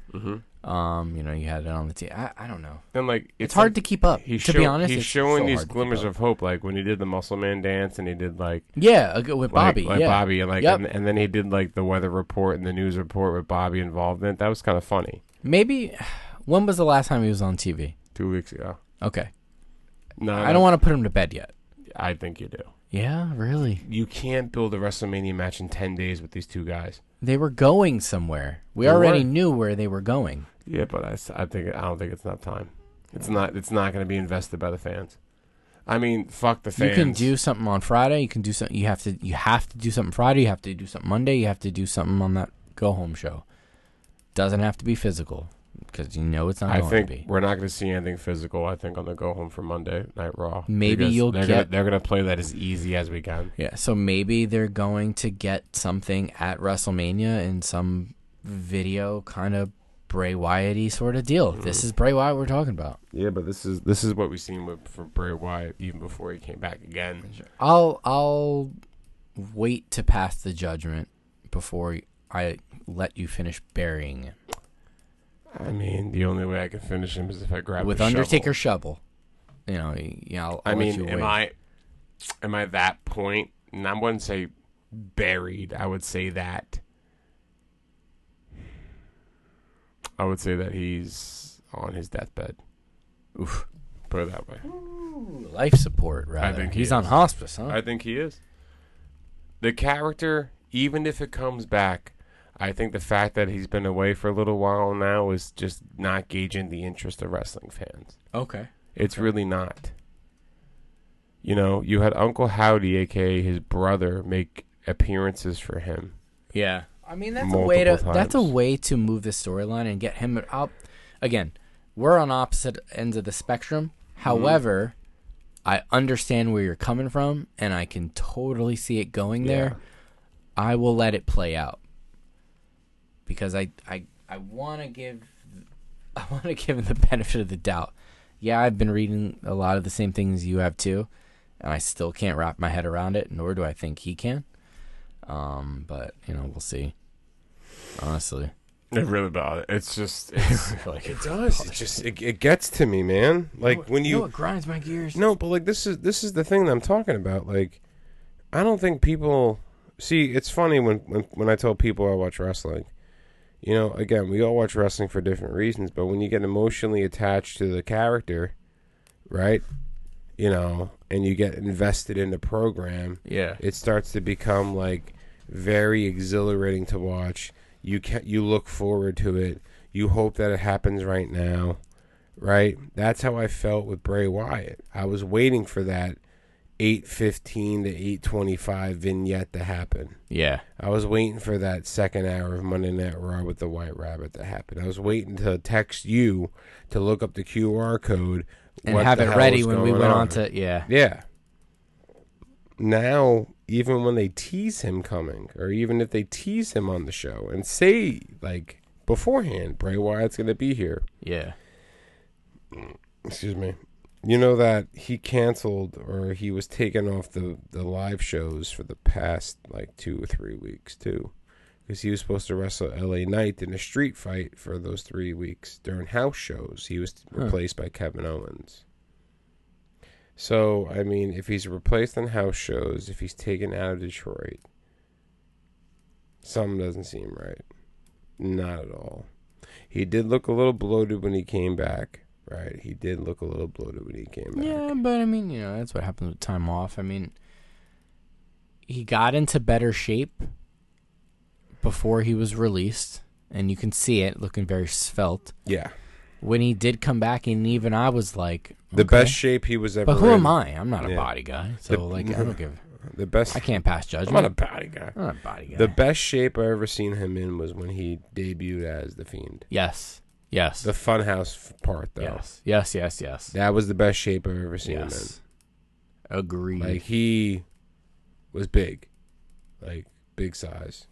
Um, you know, you had it on the team. I, I don't know. Then like It's, hard to keep up. He's to show- be honest, he's it's showing so these hard to keep glimmers up. of hope, like when he did the Muscle Man dance, and he did like yeah, a good- with like- Bobby, like yeah. Bobby, and like, Yep. and, and then he did like the weather report and the news report with Bobby involved in it. That was kind of funny. Maybe when was the last time he was on TV? Two weeks ago. Okay, No, I don't want to put him to bed yet. I think you do. Yeah, really. You can't build a WrestleMania match in ten days with these two guys. They were going somewhere. We They already were. knew where they were going. Yeah, but I, s- I think I don't think it's enough time. It's not. It's not going to be invested by the fans. I mean, fuck the fans. You can do something on Friday. You can do something. You have to. You have to do something Friday. You have to do something Monday. You have to do something on that go home show. Doesn't have to be physical because you know it's not I going think to be. we're not going to see anything physical. I think on the go home for Monday Night Raw. Maybe Because you'll they're Gonna, get- they're going to play that as easy as we can. Yeah, so maybe they're going to get something at WrestleMania in some video kind of Bray Wyatty sort of deal. Mm. This is Bray Wyatt we're talking about. Yeah, but this is this is what we've seen with for Bray Wyatt even before he came back again. I'll I'll wait to pass the judgment before I let you finish burying it I mean, the only way I can finish him is if I grab with the shovel. Undertaker shovel. You know, y- yeah. I'll, I'll I let mean, you am wait. I am I that point? And I wouldn't say buried. I would say that I would say that he's on his deathbed. Oof. Put it that way. life support? Rather, think he he's on is. hospice, huh? I think he is. The character, even if it comes back, I think the fact that he's been away for a little while now is just not gauging the interest of wrestling fans. okay. It's really not. You know, you had Uncle Howdy, aka his brother, make appearances for him. Yeah. I mean that's Multiple a way to times. that's a way to move the storyline and get him up. Again, we're on opposite ends of the spectrum. Mm-hmm. However, I understand where you're coming from and I can totally see it going there. I will let it play out. Because I I I want to give I want to give him the benefit of the doubt. Yeah, I've been reading a lot of the same things you have too, and I still can't wrap my head around it, nor do I think he can. Um, but you know, we'll see. Honestly, It really bothers. It's just it's, it does. It just it, it gets to me, man. Like when you know, it grinds my gears. No, but like this is this is the thing that I'm talking about. Like, I don't think people see. It's funny when when, when I tell people I watch wrestling. You know, again, we all watch wrestling for different reasons, but when you get emotionally attached to the character, right? You know, and you get invested in the program, Yeah, it starts to become like very exhilarating to watch. You can you look forward to it. You hope that it happens right now, right? That's how I felt with Bray Wyatt. I was waiting for that 8:15 to 8:25 vignette to happen. yeah, I was waiting for that second hour of Monday Night Raw with the White Rabbit to happen. I was waiting to text you to look up the QR code and what have the it hell ready was when we going went on. to yeah. yeah. Now, even when they tease him coming, or even if they tease him on the show and say, like, beforehand, Bray Wyatt's going to be here, yeah, excuse me, you know that he canceled or he was taken off the, the live shows for the past, like, two or three weeks, too. Because he was supposed to wrestle LA Knight in a street fight for those three weeks during house shows. He was replaced by Kevin Owens. So, I mean, if he's replaced on house shows, if he's taken out of Detroit, something doesn't seem right. Not at all. He did look a little bloated when he came back, right? He did look a little bloated when he came back. Yeah, but I mean, you know, that's what happens with time off. I mean, he got into better shape before he was released, and you can see it looking very svelte. Yeah. When he did come back, and even I was like, The okay. best shape he was ever But who am in. I? I'm not a Yeah. body guy, so The- like I don't give. The best I can't pass I'm judgment. not a body guy. I'm not a body guy. The best shape I ever seen him in was when he debuted as the Fiend. yes, yes, The Funhouse f- part though. yes, yes, yes, yes, That was the best shape I've ever seen him in. yes. Agreed. Like he was big, like big size,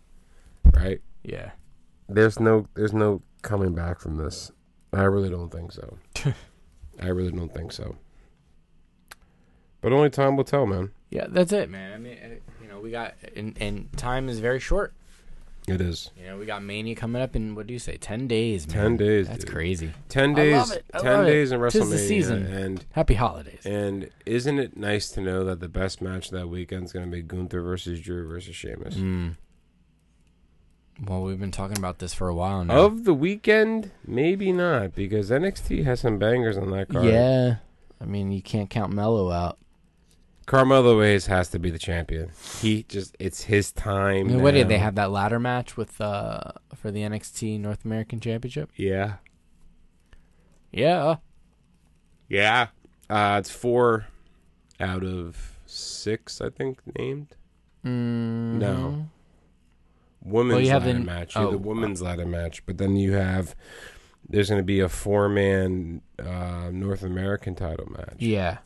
right? yeah. There's no, there's no coming back from this. I really don't think so. I really don't think so. But only time will tell, man. Yeah, that's it, man. I mean, eh, you know, we got and, and time is very short. It is. You know, we got Mania coming up in what do you say, ten days? Man. 10 days, That's dude. crazy. Ten I love days. it. I Ten love it. days in WrestleMania, Tis the season. and Happy holidays. and isn't it nice to know that the best match that weekend is going to be Gunther versus Drew versus Sheamus? Mm. Well, we've been talking about this for a while now. Of the weekend, maybe not because NXT has some bangers on that card. yeah, I mean, you can't count Mello out. Carmelo Hayes has to be the champion. He just it's his time. I mean, what did they now. have that ladder match with uh for the NXT North American Championship? Yeah. Yeah, Yeah. Uh, it's four out of six, I think, named. No. Women's Mm-hmm. Well, you have ladder the- match. You have oh. the women's ladder match, but then you have there's going to be a four man uh, North American title match, yeah.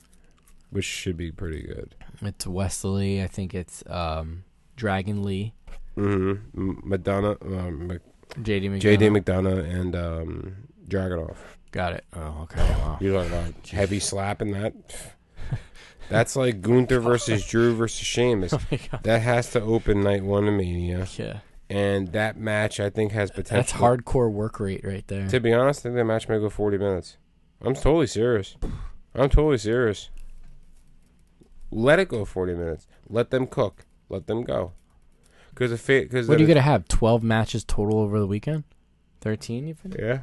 which should be pretty good. It's Wesley. I think it's um Dragon Lee, Mm-hmm. M- Madonna, um, Mc- JD McDonough. JD McDonough, and um, Dragonoff. Got it. Oh, okay. Wow. You're talking about heavy slapping that. That's like Gunther versus Drew versus Sheamus. my God. that has to open night one of Mania, yeah. and that match I think has potential. That's hardcore work rate right there. To be honest, I think that match may go 40 minutes. I'm totally serious. I'm totally serious. Let it go 40 minutes. Let them cook. Let them go. Because if it, cause What are then you it's- gonna have? Twelve matches total over the weekend? Thirteen, you think? Yeah.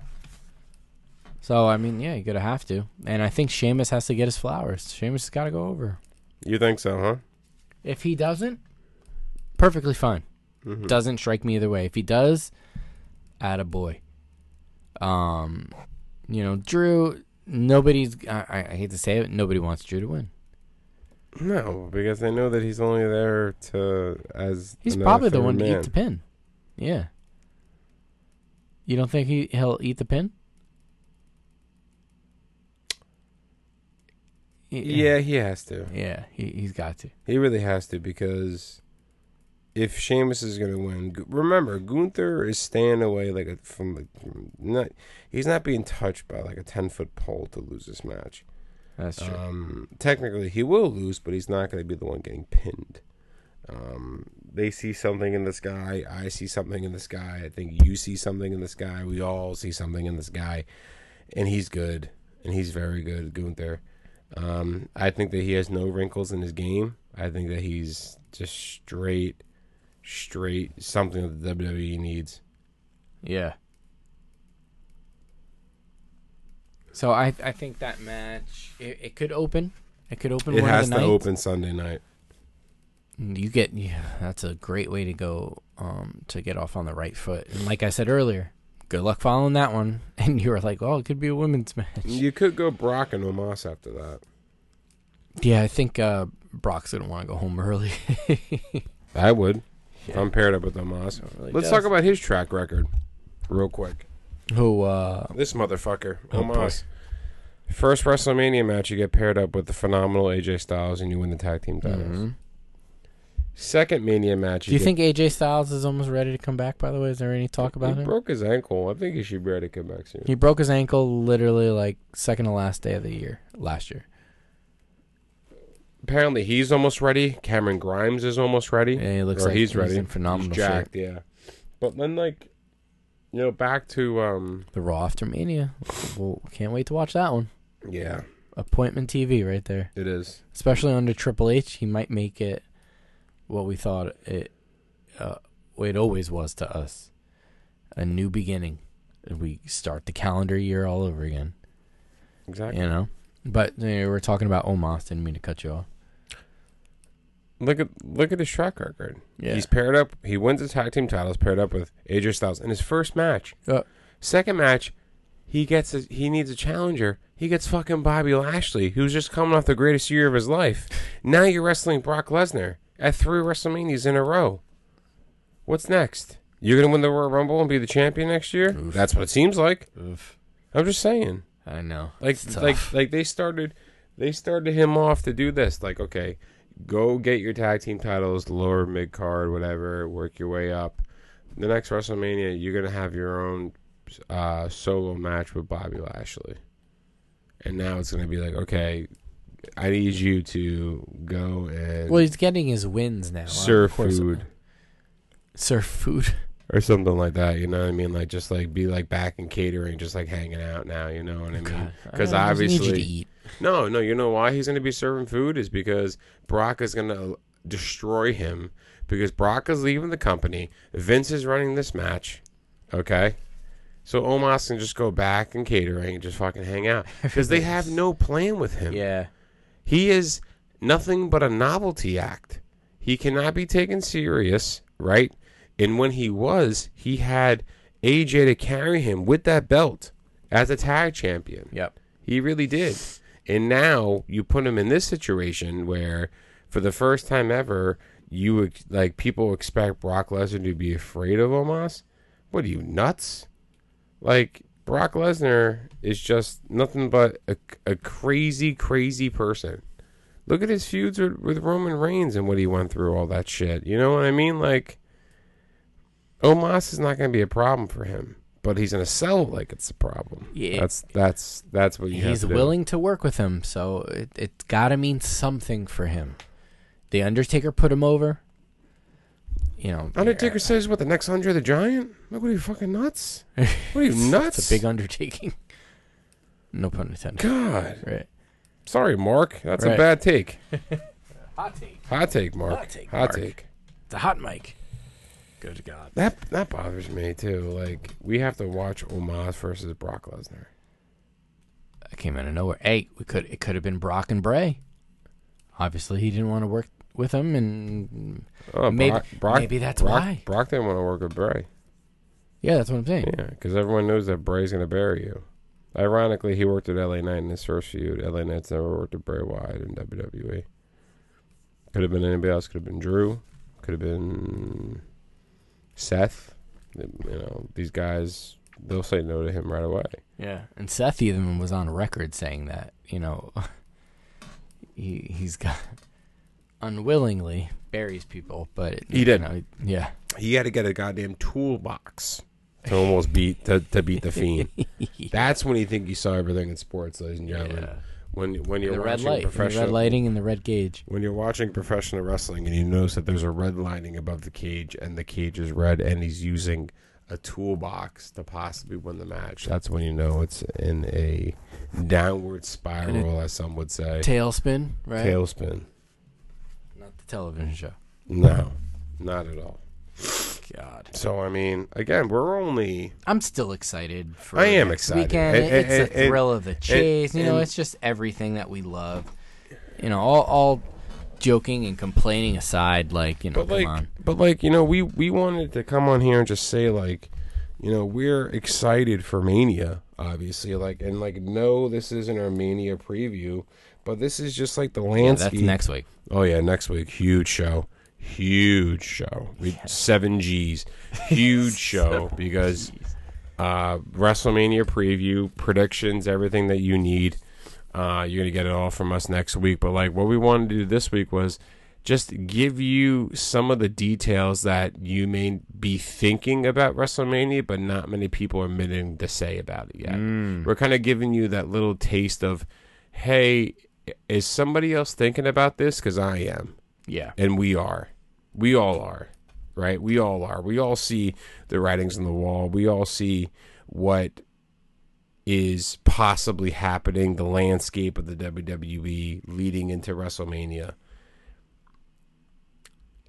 So I mean, yeah, you're gonna have to. And I think Sheamus has to get his flowers. Sheamus has got to go over. You think so, huh? If he doesn't, perfectly fine. Doesn't strike me either way. If he does, add a boy. Um, you know, Drew. Nobody's. I, I I hate to say it. Nobody wants Drew to win. No, because they know that he's only there to as. He's another probably the third one to man. eat the pin. Yeah. You don't think he he'll eat the pin? Y- Yeah, he has to. Yeah, he he's got to. He really has to because if Sheamus is going to win, Gu- remember Gunther is staying away like a, from like, from- not he's not being touched by like a ten foot pole to lose this match. That's true. Um, technically, he will lose, but he's not going to be the one getting pinned. Um, they see something in this guy. I see something in this guy. I think you see something in this guy. We all see something in this guy, and he's good, and he's very good, Gunther. Um, I think that he has no wrinkles in his game. I think that he's just straight, straight something that the WWE needs. yeah. So I I think that match it, it could open. It could open It one has of to the nights. open Sunday night. You get yeah, that's a great way to go um to get off on the right foot. And like I said earlier, good luck following that one. And you were like, "Oh, it could be a women's match." You could go Brock and Omos after that. Yeah, I think uh, Brock's gonna want to go home early. I would. If I'm paired up with Omos. really Let's does. talk about his track record real quick. Who? Uh, This motherfucker, Oh, boy. Omos. First WrestleMania match, you get paired up with the phenomenal AJ Styles and you win the tag team titles. Second Mania match, Mm-hmm. do you get- think AJ Styles is almost ready to come back? By the way, is there any talk about he him? broke his ankle. I think he should be ready to come back soon. he broke his ankle literally like second to last day of the year last year. Apparently, he's almost ready. Cameron Grimes is almost ready. Yeah, he looks or like he's he's ready. in phenomenal shape. jacked, yeah. But then, like, you know, back to um, The Raw after Mania. well, can't wait to watch that one. yeah, Appointment TV right there. it is. especially under Triple H, he might make it what we thought it uh, it always was to us, a new beginning. And We start the calendar year all over again, Exactly. you know. But you know, we're talking about Omos. Didn't mean to cut you off. Look at look at his track record. Yeah. He's paired up. He wins his tag team titles paired up with AJ Styles in his first match. Uh, Second match, he gets a, he needs a challenger. He gets fucking Bobby Lashley, who's just coming off the greatest year of his life. Now you're wrestling Brock Lesnar at three WrestleManias in a row. What's next? You're gonna win the Royal Rumble and be the champion next year. That's what it seems like. I'm just saying. I know. Like It's tough. like like they started they started him off to do this. Like, okay, go get your tag team titles, lower mid card, whatever, work your way up. The next WrestleMania, you're gonna have your own uh, solo match with Bobby Lashley. and now it's going to be like, okay, I need you to go and Well, he's getting his wins now. serve Of course. food Serve food. or something like that. You know what I mean? Like just like be like back in catering, just like hanging out now. You know what I mean? Because Uh, I just need you to obviously, eat. no, no. You know why he's going to be serving food is because Brock is going to destroy him because Brock is leaving the company. Vince is running this match. Okay. So Omos can just go back and catering and just fucking hang out because they have no plan with him. Yeah. He is nothing but a novelty act. He cannot be taken serious, right? And when he was, he had AJ to carry him with that belt as a tag champion. Yep. He really did. And now you put him in this situation where, for the first time ever, you ex- like people expect Brock Lesnar to be afraid of Omos. What are you nuts? Like Brock Lesnar is just nothing but a, a crazy, crazy person. Look at his feuds with, with Roman Reigns and what he went through, all that shit. You know what I mean? Like, Omos is not going to be a problem for him, but he's going to sell it like it's a problem. Yeah. that's that's that's what you have He's to do. willing to work with him, so it, it's got to mean something for him. The Undertaker put him over. You know, Undertaker says, "What the next Andre the Giant? Like, what are you fucking nuts? What are you nuts? It's a big undertaking. No pun intended. God. Right. Sorry, Mark. That's a Right. bad take. Hot take. Hot take, Mark. Hot take, Hot Mark. take. It's a hot mic. Good God. That that bothers me too. Like, we have to watch Omos versus Brock Lesnar. That came out of nowhere. Hey, we could it could have been Brock and Bray. Obviously, he didn't want to work with him, and Oh, Maybe- Brock, Brock, maybe that's Brock, why. Brock didn't want to work with Bray. yeah, that's what I'm saying. Yeah, because everyone knows that Bray's going to bury you. Ironically, he worked at LA Knight in his first feud. LA Knight's never worked at Bray Wyatt in WWE. Could have been anybody else. Could have been Drew. Could have been Seth. You know, these guys, they'll say no to him right away. Yeah, and Seth even was on record saying that you know he he's got unwillingly buries people, but it, He you did. know, yeah, He had to get a goddamn toolbox to almost beat to, to beat the fiend. That's when you think you saw everything in sports, ladies and gentlemen. Yeah. When when you're the red watching light, and the professional red lighting, and the red gauge. When you're watching professional wrestling and you notice that there's a red lining above the cage and the cage is red and he's using a toolbox to possibly win the match, that's when you know it's in a downward spiral, as some would say. Tailspin, right? Tailspin. Not the television show. No, not at all. God, So, I mean, again, we're only. I'm still excited for. I am next excited. Weekend, And- and- it's and- the thrill of the chase. you know, it's just everything that we love. You know, all all joking and complaining aside, like you know, But, come like, on, but like, you know, we, we wanted to come on here and just say, like, you know, we're excited for Mania, obviously. Like, and like, no, this isn't our Mania preview. But this is just like the Yeah, landscape. that's next week. Oh yeah, next week, huge show, huge show. We, Seven G's, huge show because uh, WrestleMania preview predictions, everything that you need. Uh, you're gonna get it all from us next week. But like, what we wanted to do this week was just give you some of the details that you may be thinking about WrestleMania, but not many people are meaning to say about it yet. We're kind of giving you that little taste of, hey, is somebody else thinking about this? Because I am Yeah, and we are we all are right we all are we all see the writings on the wall we all see what is possibly happening the landscape of the WWE leading into WrestleMania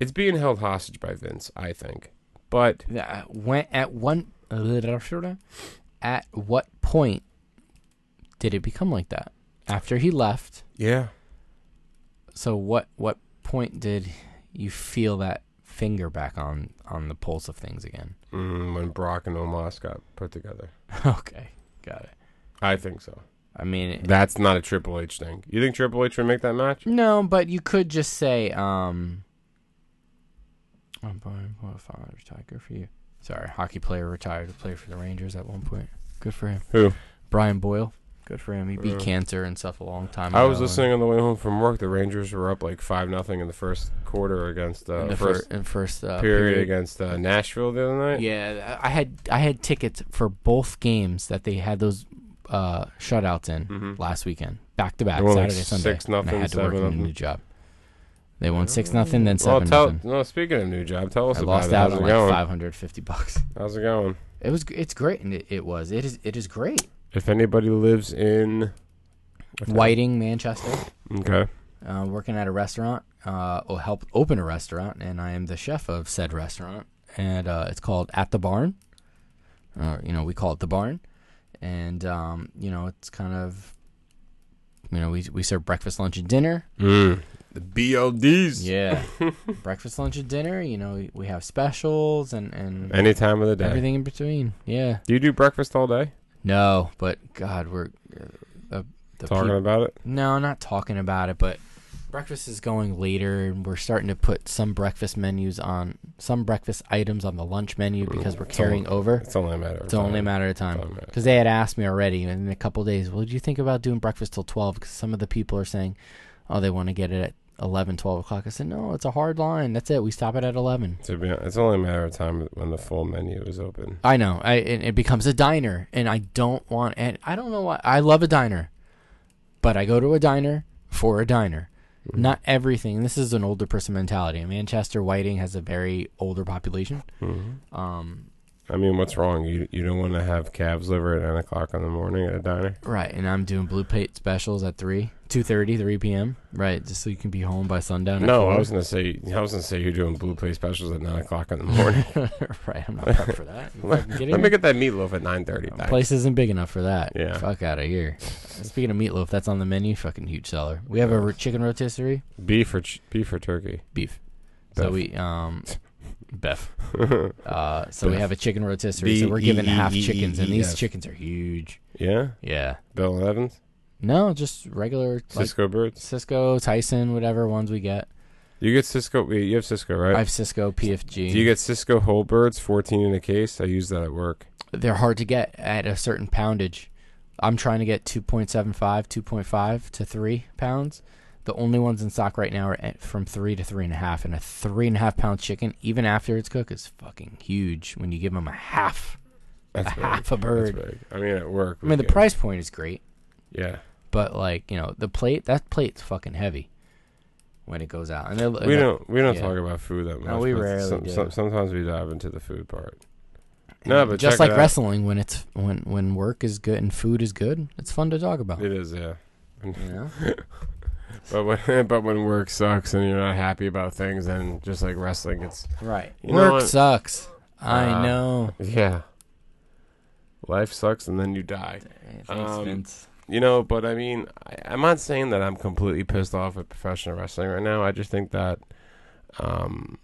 it's being held hostage by Vince i think but uh, when at one at what point did it become like that after he left yeah so what what point did you feel that finger back on on the pulse of things again mm, when Brock and Omos got put together okay got it i think so i mean it- that's not a Triple H thing you think Triple H would make that match no but you could just say um I'm born for a father retired. Good for you. Sorry, hockey player retired to play for the Rangers at one point. Good for him. who Brian Boyle. Good for him. He beat cancer and stuff a long time ago. I was and- listening on the way home from work. The Rangers were up like five nothing in the first quarter against uh, in the first first, in first uh, period, against uh, Nashville the other night. Yeah, I I had I had tickets for both games that they had those uh, shutouts in Mm-hmm. last weekend, back to back, Hmm. They won, like, Saturday, Sunday. 6-0, and I had to work 7-0. in a new job. They won six nothing, then Oh. Well, seven tell. nothing. No, speaking of new job, tell us I about lost it. out How's on it like going? five hundred fifty bucks. How's it going? It was. It's great, and it, it was. It is. It is great. If anybody lives in Whiting, Manchester, okay, uh, working at a restaurant. Uh, or helped open a restaurant, and I am the chef of said restaurant, and uh, it's called At the Barn. Or you know, we call it the Barn, and um, you know, it's kind of, you know, we we serve breakfast, lunch, and dinner. mm. the BLDs. Yeah, breakfast, lunch, and dinner. You know, we have specials and and Any time of the day. everything in between. Yeah. Do you do breakfast all day? No, but God, we're uh, the, the Talking peop- about it. no, not talking about it, but breakfast is going later, and we're starting to put some breakfast menus on some breakfast items on the lunch menu because we're It's carrying over. It's only a matter. of It's only a time. matter of time only a matter of because they had asked me already in a couple days. Well, do you think about doing breakfast till twelve? Because some of the people are saying, oh, they want to get it at 11, 12 o'clock. I said, no, it's a hard line. That's it. We stop it at eleven. To be, it's only a matter of time when the full menu is open. I know. I it, it becomes a diner, and I don't want. And I don't know why. I love a diner, but I go to a diner for a diner. Mm-hmm. Not everything. This is an older person mentality. Manchester Whiting has a very older population. Mm-hmm. Um, I mean, what's wrong? You you don't want to have calves liver at nine o'clock in the morning at a diner. right, and I'm doing blue plate specials at three, two thirty, three p.m. Right, just so you can be home by sundown. at No, four. I was gonna say I was gonna say you're doing blue plate specials at nine o'clock in the morning. right. I'm not prepped for that. You fucking kidding Let me? me get that meatloaf at nine thirty. Back. Place isn't big enough for that. Yeah. Fuck out of here. Speaking of meatloaf, that's on the menu. Fucking huge seller. We have a ro- chicken rotisserie. Beef or ch- beef or turkey. beef. So Beef. we um, beef. Uh, so we have a chicken rotisserie. so we're B E given E half E E chickens, and these F. chickens are huge. Yeah, Yeah. Bill Evans, No, just regular like Cisco birds. Cisco, Tyson, whatever ones we get. You get Cisco. wait, You have Cisco, right? I have Cisco, PFG. Do you get Cisco whole birds, fourteen in a case? I use that at work. They're hard to get at a certain poundage. I'm trying to get 2.75, 2.5 to three pounds. The only ones in stock right now are at- from three to three and a half, and a three and a half pound chicken, even after it's cooked, is fucking huge. When you give them a half, That's a half a bird. That's big. I mean, at work. I we mean, the get- price point is great, Yeah, but like you know, the plate that plate's fucking heavy when it goes out. And they're, we don't we don't yeah. talk about food that much. we but rarely some- do. some- sometimes we dive into the food part. No, but just check like it out. wrestling, when it's when when work is good and food is good, it's fun to talk about. It is, yeah. You know? But when but when work sucks and you're not happy about things, then just like wrestling, it's right? You know work what? sucks. I Uh, know. yeah. Life sucks and then you die. Thanks, um, Vince. You know, but I mean, I, I'm not saying that I'm completely pissed off at professional wrestling right now. I just think that, um,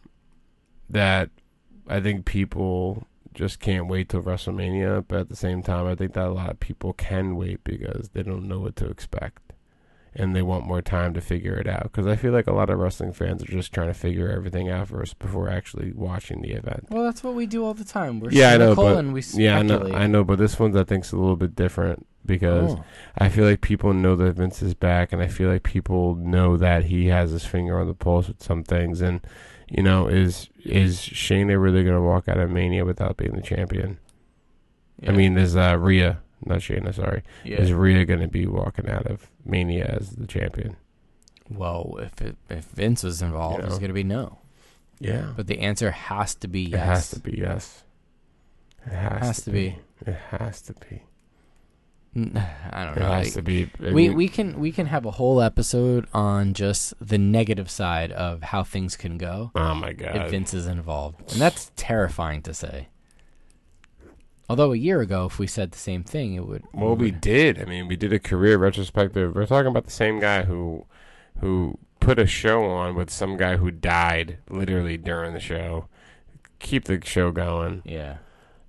that I think people just can't wait till WrestleMania. But at the same time, I think that a lot of people can wait because they don't know what to expect, and they want more time to figure it out. Because I feel like a lot of wrestling fans are just trying to figure everything out first before actually watching the event. Well, that's what we do all the time. We're Yeah, I know, cynical but- and we Yeah, I know, speculate. I know, but this one's I think's a little bit different because. Oh. I feel like people know that Vince is back, and I feel like people know that he has his finger on the pulse with some things. And you know, is is Shayna really going to walk out of Mania without being the champion? Yeah. I mean, is uh, Rhea, not Shayna, sorry, yeah. is Rhea going to be walking out of Mania as the champion? well, if it, if Vince was involved, You it's know. gonna be no. Yeah, But the answer has to be it yes. has to be yes. It has, Has to be. It has to be. I don't It know. has Like, to be. I we mean, we can we can have a whole episode on just the negative side of how things can go Oh my god. if Vince is involved, and that's terrifying to say. Although a year ago, if we said the same thing, it would. Well, we did. I mean, we did a career retrospective. We're talking about the same guy who, who put a show on with some guy who died literally during the show, keep the show going. yeah.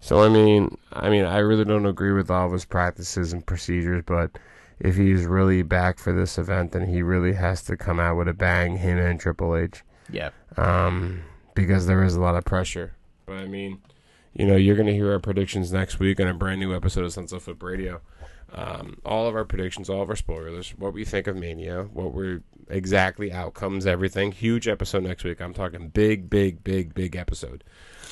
So I mean, I mean, I really don't agree with all of his practices and procedures, but if he's really back for this event, then he really has to come out with a bang. Him and Triple H Yeah. um, because there is a lot of pressure. But I mean, you know, you're going to hear our predictions next week on a brand new episode of Sense of Flip Radio. Um, all of our predictions, all of our spoilers, what we think of Mania, what we're exactly outcomes, everything. Huge episode next week. I'm talking big, big, big, big episode.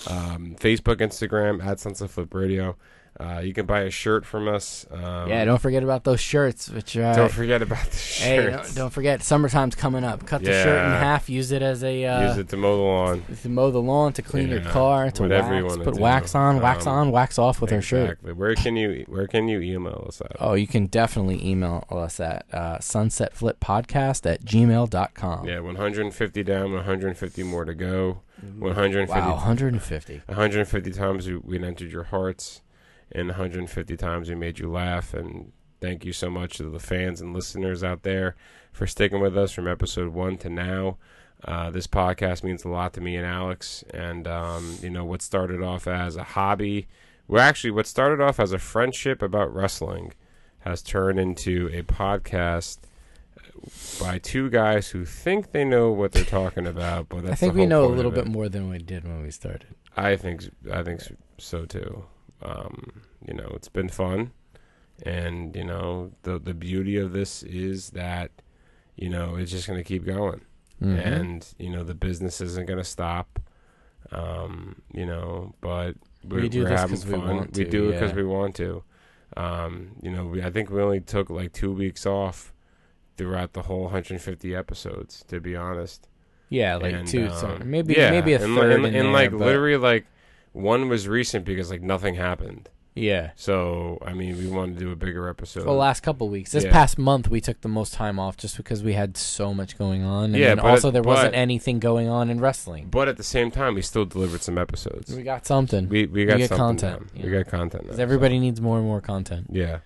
Um, Facebook, Instagram, at Sense of Flip Radio. Uh, you can buy a shirt from us. Um, yeah, don't forget about those shirts, which are. don't forget about the Hey, shirts. don't, don't forget, summertime's coming up. Cut the shirt in Yeah. half. Use it as a uh, Use it to mow the lawn. to mow the lawn, to clean your Yeah, car, to whatever you wax, wanna put do. wax on, wax Um, on, wax off with our shirt. Exactly. Where can you where can you email us at? Oh, you can definitely email us at uh, sunsetflippodcast at gmail.com. Yeah, 150 down, 150 more to go. 150 Wow, 150. 150 times we, we entered your hearts, and 150 times we made you laugh. And thank you so much to the fans and listeners out there for sticking with us from episode one to now. Uh, this podcast means a lot to me and Alex. And, um, you know, what started off as a hobby, well, actually, what started off as a friendship about wrestling has turned into a podcast by two guys who think they know what they're talking about. But that's I the think we whole know a point of little it. bit more than we did when we started. I think s- I think s- so too. Um, you know, it's been fun, and you know the the beauty of this is that you know it's just going to keep going, Mm-hmm. and you know the business isn't going to stop. Um, you know, but we're, We do are this having 'cause we fun. want we to, do it because yeah. we want to. Um, you know, we, I think we only took like two weeks off throughout the whole 150 episodes. To be honest, Yeah, like and, two, um, so maybe yeah, maybe a and, li- third. and, in and, there, like but- literally like one was recent because like nothing happened yeah. so i mean we wanted to do a bigger episode The last couple weeks, this Yeah. past month, we took the most time off just because we had so much going on, and Yeah, then but- also there wasn't but- anything going on in wrestling. but at the same time we still delivered some episodes We got something we, we got get something content, now. you we know. got content now, 'Cause so- everybody needs more and more content. yeah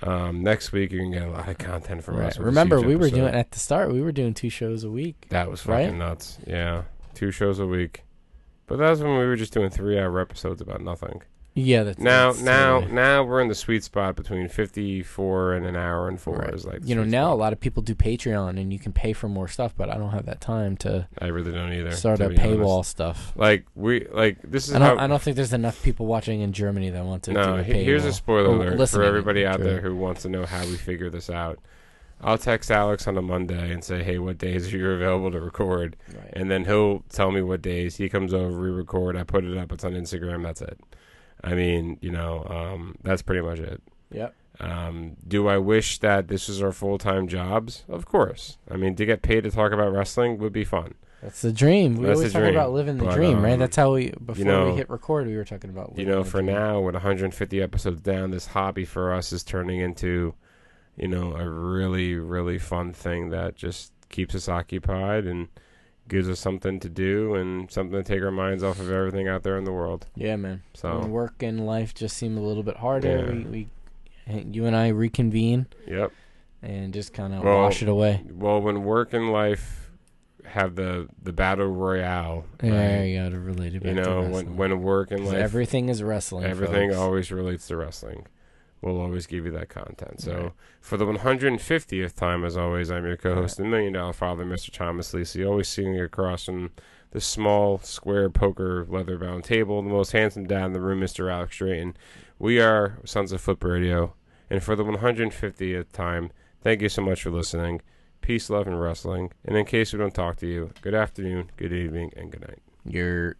um, next week you're gonna get a lot of content from Right. us with this Remember, huge we were episode. doing at the start. We were doing two shows a week. that was right? fucking nuts yeah two shows a week but that was when we were just doing three hour episodes about nothing Yeah, that's now that's now totally- now we're in the sweet spot between 54 and an hour and four Right. is like the you know sweet now a spot. lot of people do Patreon and you can pay for more stuff, but I don't have that time to I really don't either. start to a be honest. paywall stuff. Like we like this is I don't. how. I don't think there's enough people watching in Germany that want to. do no, a he- here's a paywall. spoiler Or alert for listening everybody out to there it. who wants to know how we figure this out. I'll text Alex on a Monday and say, "Hey, what days are you available to record?" Right. And then he'll tell me what days. He comes over, we record. I put it up. It's on Instagram. That's it. I mean, you know, um, that's pretty much it. Yep. Um, do I wish that this was our full time jobs? Of course. I mean, to get paid to talk about wrestling would be fun. That's the dream. We That's always the talk about dream, living the but, dream, right? um, That's how we before we know, hit record, we were talking about. you living know, the for dream. now, with 150 episodes down, this hobby for us is turning into, you know, a really, really fun thing that just keeps us occupied and gives us something to do and something to take our minds off of everything out there in the world. Yeah, man. When So, work and life just seem a little bit harder. Yeah. We, we, you and I reconvene yep. and just kind of Well, wash it away. Well, when work and life have the the battle royale, There right? you go. To relate it you back to know, wrestling. when when work and 'Cause life, everything is wrestling. everything folks. always relates to wrestling. We'll always give you that content. So Right. for the 150th time, as always, I'm your co-host, the Million Dollar Father, Mr. Thomas Lisi, always sitting across from the small square poker leather-bound table, the most handsome dad in the room, Mr. Alex Drayton. We are Sons of Flip Radio, and for the 150th time, thank you so much for listening. Peace, love, and wrestling. And in case we don't talk to you, good afternoon, good evening, and good night. You're